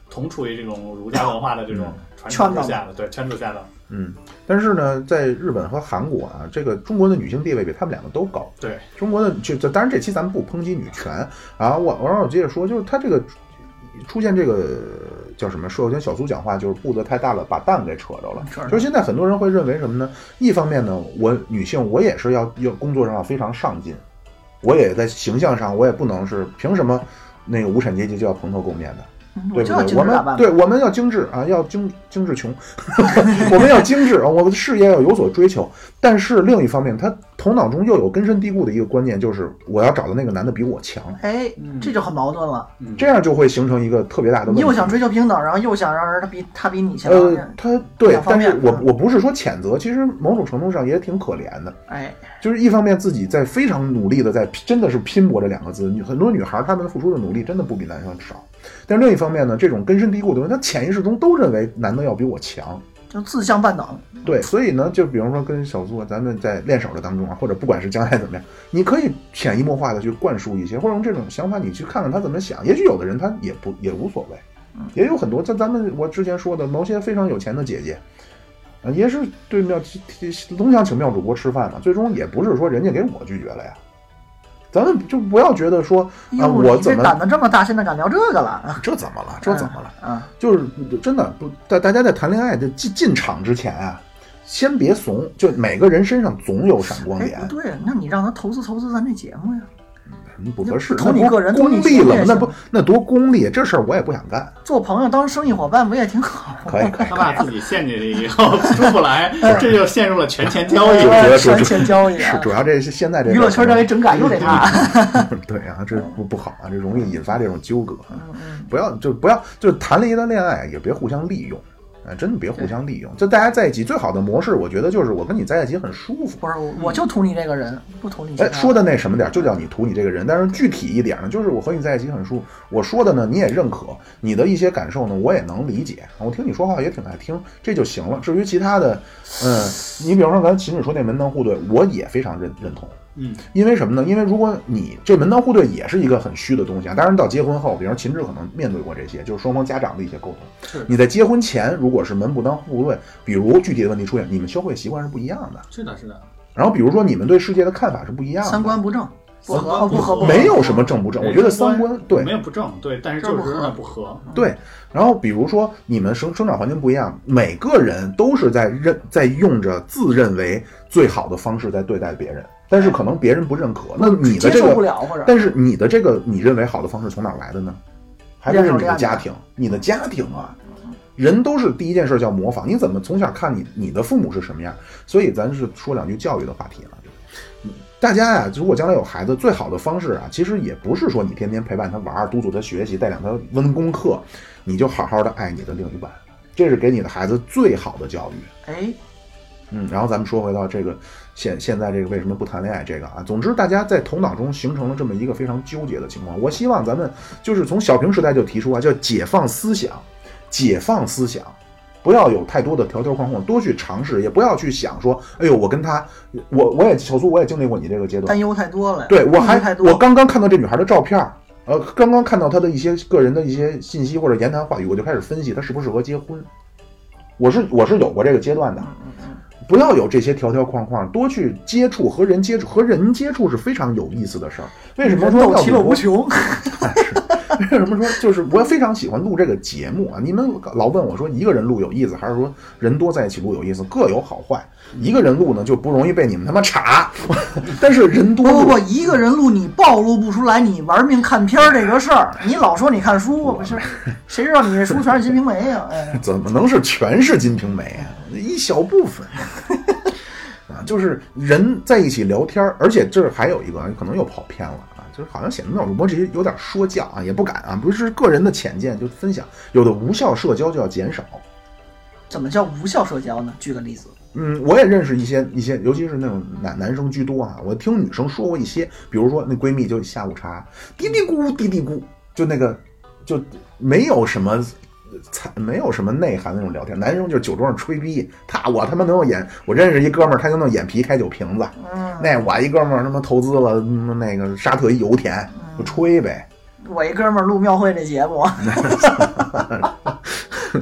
S3: 同处于这种儒家文化的这种传承之下的，对圈子下的，
S1: 嗯，但是呢，在日本和韩国啊，这个中国的女性地位比他们两个都高。
S3: 对，
S1: 中国的就就当然这期咱们不抨击女权啊，我我让我接着说，就是他这个出现这个叫什么？说我跟小苏讲话就是步子太大了，把蛋给扯着了。
S2: 嗯扯着
S1: 就是现在很多人会认为什么呢？一方面呢，我女性我也是要要工作上要非常上进，我也在形象上我也不能是凭什么那个无产阶级就要蓬头垢面的。
S2: 嗯
S1: 对
S2: 我就要
S1: 不
S2: 精
S1: 我
S2: 致打
S1: 们
S2: 扮。
S1: 对我们要精致啊，要精精致穷， (laughs) 我们要精致啊，我们的事业要有所追求。但是另一方面，他头脑中又有根深蒂固的一个观念，就是我要找的那个男的比我强，
S2: 哎，这就很矛盾了。
S3: 嗯
S1: 这样就会形成一嗯个特别大的问
S2: 你
S1: 题。
S2: 又想追求平等，然后又想让人他比他比你强。
S1: 呃，他对
S2: 两，方
S1: 但
S2: 面
S1: 是我
S2: 嗯
S1: 我不是说谴责，其实某种程度上也挺可怜的，
S2: 哎，
S1: 就是一方面自己在非常努力的在真的是拼搏这两个字，女很多女孩她们付出的努力真的不比男生少，但另一方面呢，这种根深蒂固的东西，她潜意识中都认为男的要比我强，
S2: 就自相半等。
S1: 对，所以呢，就比方说跟小苏啊，咱们在练手的当中啊，或者不管是将来怎么样，你可以潜移默化的去灌输一些，或者用这种想法你去看看他怎么想。也许有的人他也不也无所谓，也有很多像咱们我之前说的某些非常有钱的姐姐，啊，也是对妙总想请妙主播吃饭嘛，最终也不是说人家给我拒绝了呀。咱们就不要觉得说啊，
S2: 哟，
S1: 我
S2: 你
S1: 怎
S2: 这胆
S1: 么
S2: 子这么大，现在敢聊这个了？
S1: 这怎么了？这怎么了？
S2: 啊？
S1: 就是真的不，大大家在谈恋爱的进进场之前啊，先别怂，就每个人身上总有闪光
S2: 哎
S1: 点，，
S2: 不对，那你让他投资投资咱这节目呀，
S1: 嗯不合适。
S2: 投你
S1: 那不
S2: 个人投
S1: 功
S2: 你
S1: 利
S2: 职业
S1: 了，那
S2: 行
S1: 不那多功利，这事儿我也不想干。
S2: 做朋友当生意伙伴不也挺好吗？
S1: 可以 (laughs) 可以
S3: 他把自己陷进去以后出不来，这就陷入了权钱交易。
S1: 主要主要
S2: 全钱交易啊
S1: 是主要这是现在这个嗯
S2: 娱乐圈这一整改又得他。
S1: (laughs) 对啊，这不不好啊，这容易引发这种纠葛啊。
S2: 嗯
S1: 不要就不要就谈了一段恋爱，也别互相利用，啊，真的别互相利用。就大家在一起最好的模式，我觉得就是我跟你在一起很舒服。
S2: 不是，我我就图你这个人，不图你其他
S1: 哎，说的那什么点儿，就叫你图你这个人，但是具体一点呢，就是我和你在一起很舒服。我说的呢，你也认可，你的一些感受呢，我也能理解。我听你说话也挺爱听，这就行了。至于其他的，嗯，你比方说咱秦始说那门当户对，我也非常认认同。
S3: 嗯，
S1: 因为什么呢？因为如果你这门当户对也是一个很虚的东西啊。当然，到结婚后，比如说秦志可能面对过这些，就是双方家长的一些沟通
S3: 是。
S1: 你在结婚前，如果是门不当户不对，比如具体的问题出现，你们消费习惯是不一样的。
S3: 是的，是的，
S1: 然后，比如说你们对世界的看法是不一样啊的。
S2: 三观不正，不
S3: 三观
S2: 合
S3: 不
S2: 合
S3: 合
S1: 没有什么正不正，我觉得三观对
S3: 没有不正，对，但是
S2: 这
S3: 就
S2: 不
S3: 是
S2: 合
S3: 不合。
S1: 对。然后比如说你们生生长环境不一样，每个人都是在认在用着自认为最好的方式在对待别人，但是可能别人不认可，那你的
S2: 接
S1: 这
S2: 受不
S1: 个，
S2: 了或者
S1: 但是你的这个你认为好的方式从哪儿来的呢？还不是你的家庭，你的家庭啊。人都是第一件事叫模仿，你怎么从小看你你的父母是什么样？所以咱是说两句教育的话题了。大家呀、如果将来有孩子，最好的方式啊，其实也不是说你天天陪伴他玩儿，督促他学习，带领他温功课，你就好好的爱你的另一半，这是给你的孩子最好的教育。
S2: 哎，
S1: 嗯，然后咱们说回到这个现现在这个为什么不谈恋爱这个啊，总之大家在头脑中形成了这么一个非常纠结的情况。我希望咱们就是从小平时代就提出啊，叫解放思想，解放思想，不要有太多的条条框框，多去尝试，也不要去想说，哎呦，我跟他，我我也小苏我也经历过你这个阶段
S2: 担，忧太多了，
S1: 对我
S2: 顾虑太
S1: 还
S2: 多，
S1: 我刚刚看到这女孩的照片儿，呃，刚刚看到她的一些个人的一些信息或者言谈话语，我就开始分析她适不适合结婚。我是我是有过这个阶段的，
S2: 嗯
S1: 不要有这些条条框框，多去接触和人接触，和人接触是非常有意思的事儿。为什么
S2: 人
S1: 说
S2: 斗
S1: 要
S2: 其乐
S1: 主
S2: 无
S1: (laughs) 播
S2: 穷，
S1: 为什么说就是我非常喜欢录这个节目啊？你们老问我说一个人录有意思，还是说人多在一起录有意思？各有好坏。一个人录呢就不容易被你们他妈查， (laughs) 但是人多
S2: 不不
S1: 录
S2: 不，一个人录你暴露不出来，你玩命看片儿这个事儿，你老说你看书，不是？谁知道你这书全是《金瓶梅》呀？
S1: (laughs)
S2: 哎，
S1: 怎么能是全是《金瓶梅》啊？一小部分。啊，就是人在一起聊天儿，而且这还有一个可能又跑偏了啊，就是好像显得妙主播这些有点说教啊，也不敢啊，不是个人的浅见，就分享。有的无效社交就要减少。
S2: 怎么叫无效社交呢？举个例子，
S1: 嗯，我也认识一些一些，尤其是那种男男生居多啊。我听女生说过一些，比如说那闺蜜就下午茶嘀嘀咕嘀嘀咕，就那个就没有什么才没有什么内涵那种聊天。男生就是酒桌上吹逼，他我他妈能有眼，我认识一哥们儿，他就能眼皮开酒瓶子。
S2: 嗯，
S1: 那我一哥们儿他妈投资了嗯那个沙特一油田，就吹呗。
S2: 我一哥们儿录庙会这
S1: (laughs)
S2: 节目，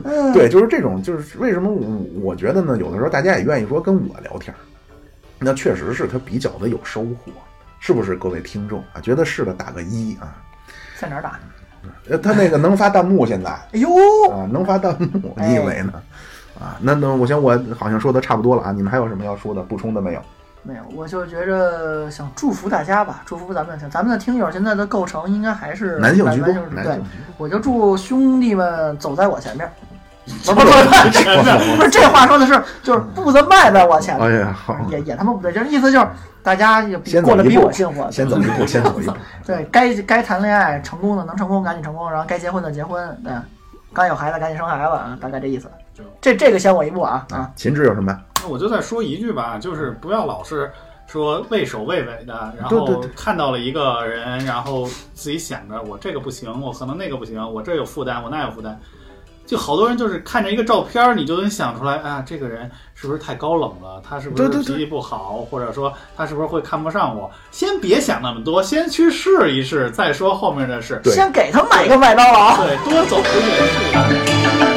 S2: 嗯
S1: 对，就是这种，就是为什么我我觉得呢？有的时候大家也愿意说跟我聊天儿，那确实是他比较的有收获，是不是？各位听众啊，觉得是的打个一啊。
S2: 在哪儿打？
S1: 呃，他那个能发弹幕 (laughs) 现在啊，
S2: 哎呦，
S1: 能发弹幕，你以为呢？啊，那那我想我好像说的差不多了啊，你们还有什么要说的、补充的没有？
S2: 没有，我就觉着想祝福大家吧，祝福咱们的咱们的听友现在的构成应该还是
S1: 男性居多
S2: 男
S1: 男
S2: 对
S1: 性居，
S2: 我就祝兄弟们走在我前
S1: (laughs)
S2: 面。
S1: 不不不，
S2: 不是这话说的是，就是步子迈在我前面，
S1: 哎呀，好， (laughs)
S2: 也也他妈不对，就是意思就是大家也比
S1: 先走
S2: 过得
S1: 一
S2: 比
S1: 步
S2: 我幸福，
S1: 先走一步，先走一 (laughs) 步。
S2: 对该该谈恋爱成功的能成功赶紧成功，然后该结婚的结婚，嗯，该有孩子赶紧生孩子啊，大概这意思
S3: 就。
S2: 这这个先我一步啊啊，
S1: 啊，秦志有什么？
S3: 那我就再说一句吧，就是不要老是说畏首畏尾的，然
S1: 对
S3: 后
S1: 对对
S3: 看到了一个人，然后自己想着我这个不行，我可能那个不行，我这有负担，我那有负担。就好多人就是看着一个照片儿，你就能想出来啊，这个人是不是太高冷了？他是不是
S1: 对对对
S3: 脾气不好，或者说他是不是会看不上我？先别想那么多，先去试一试，再说后面的事。
S1: 对
S2: 先给他买个麦当劳。
S3: 对，多走几步也是。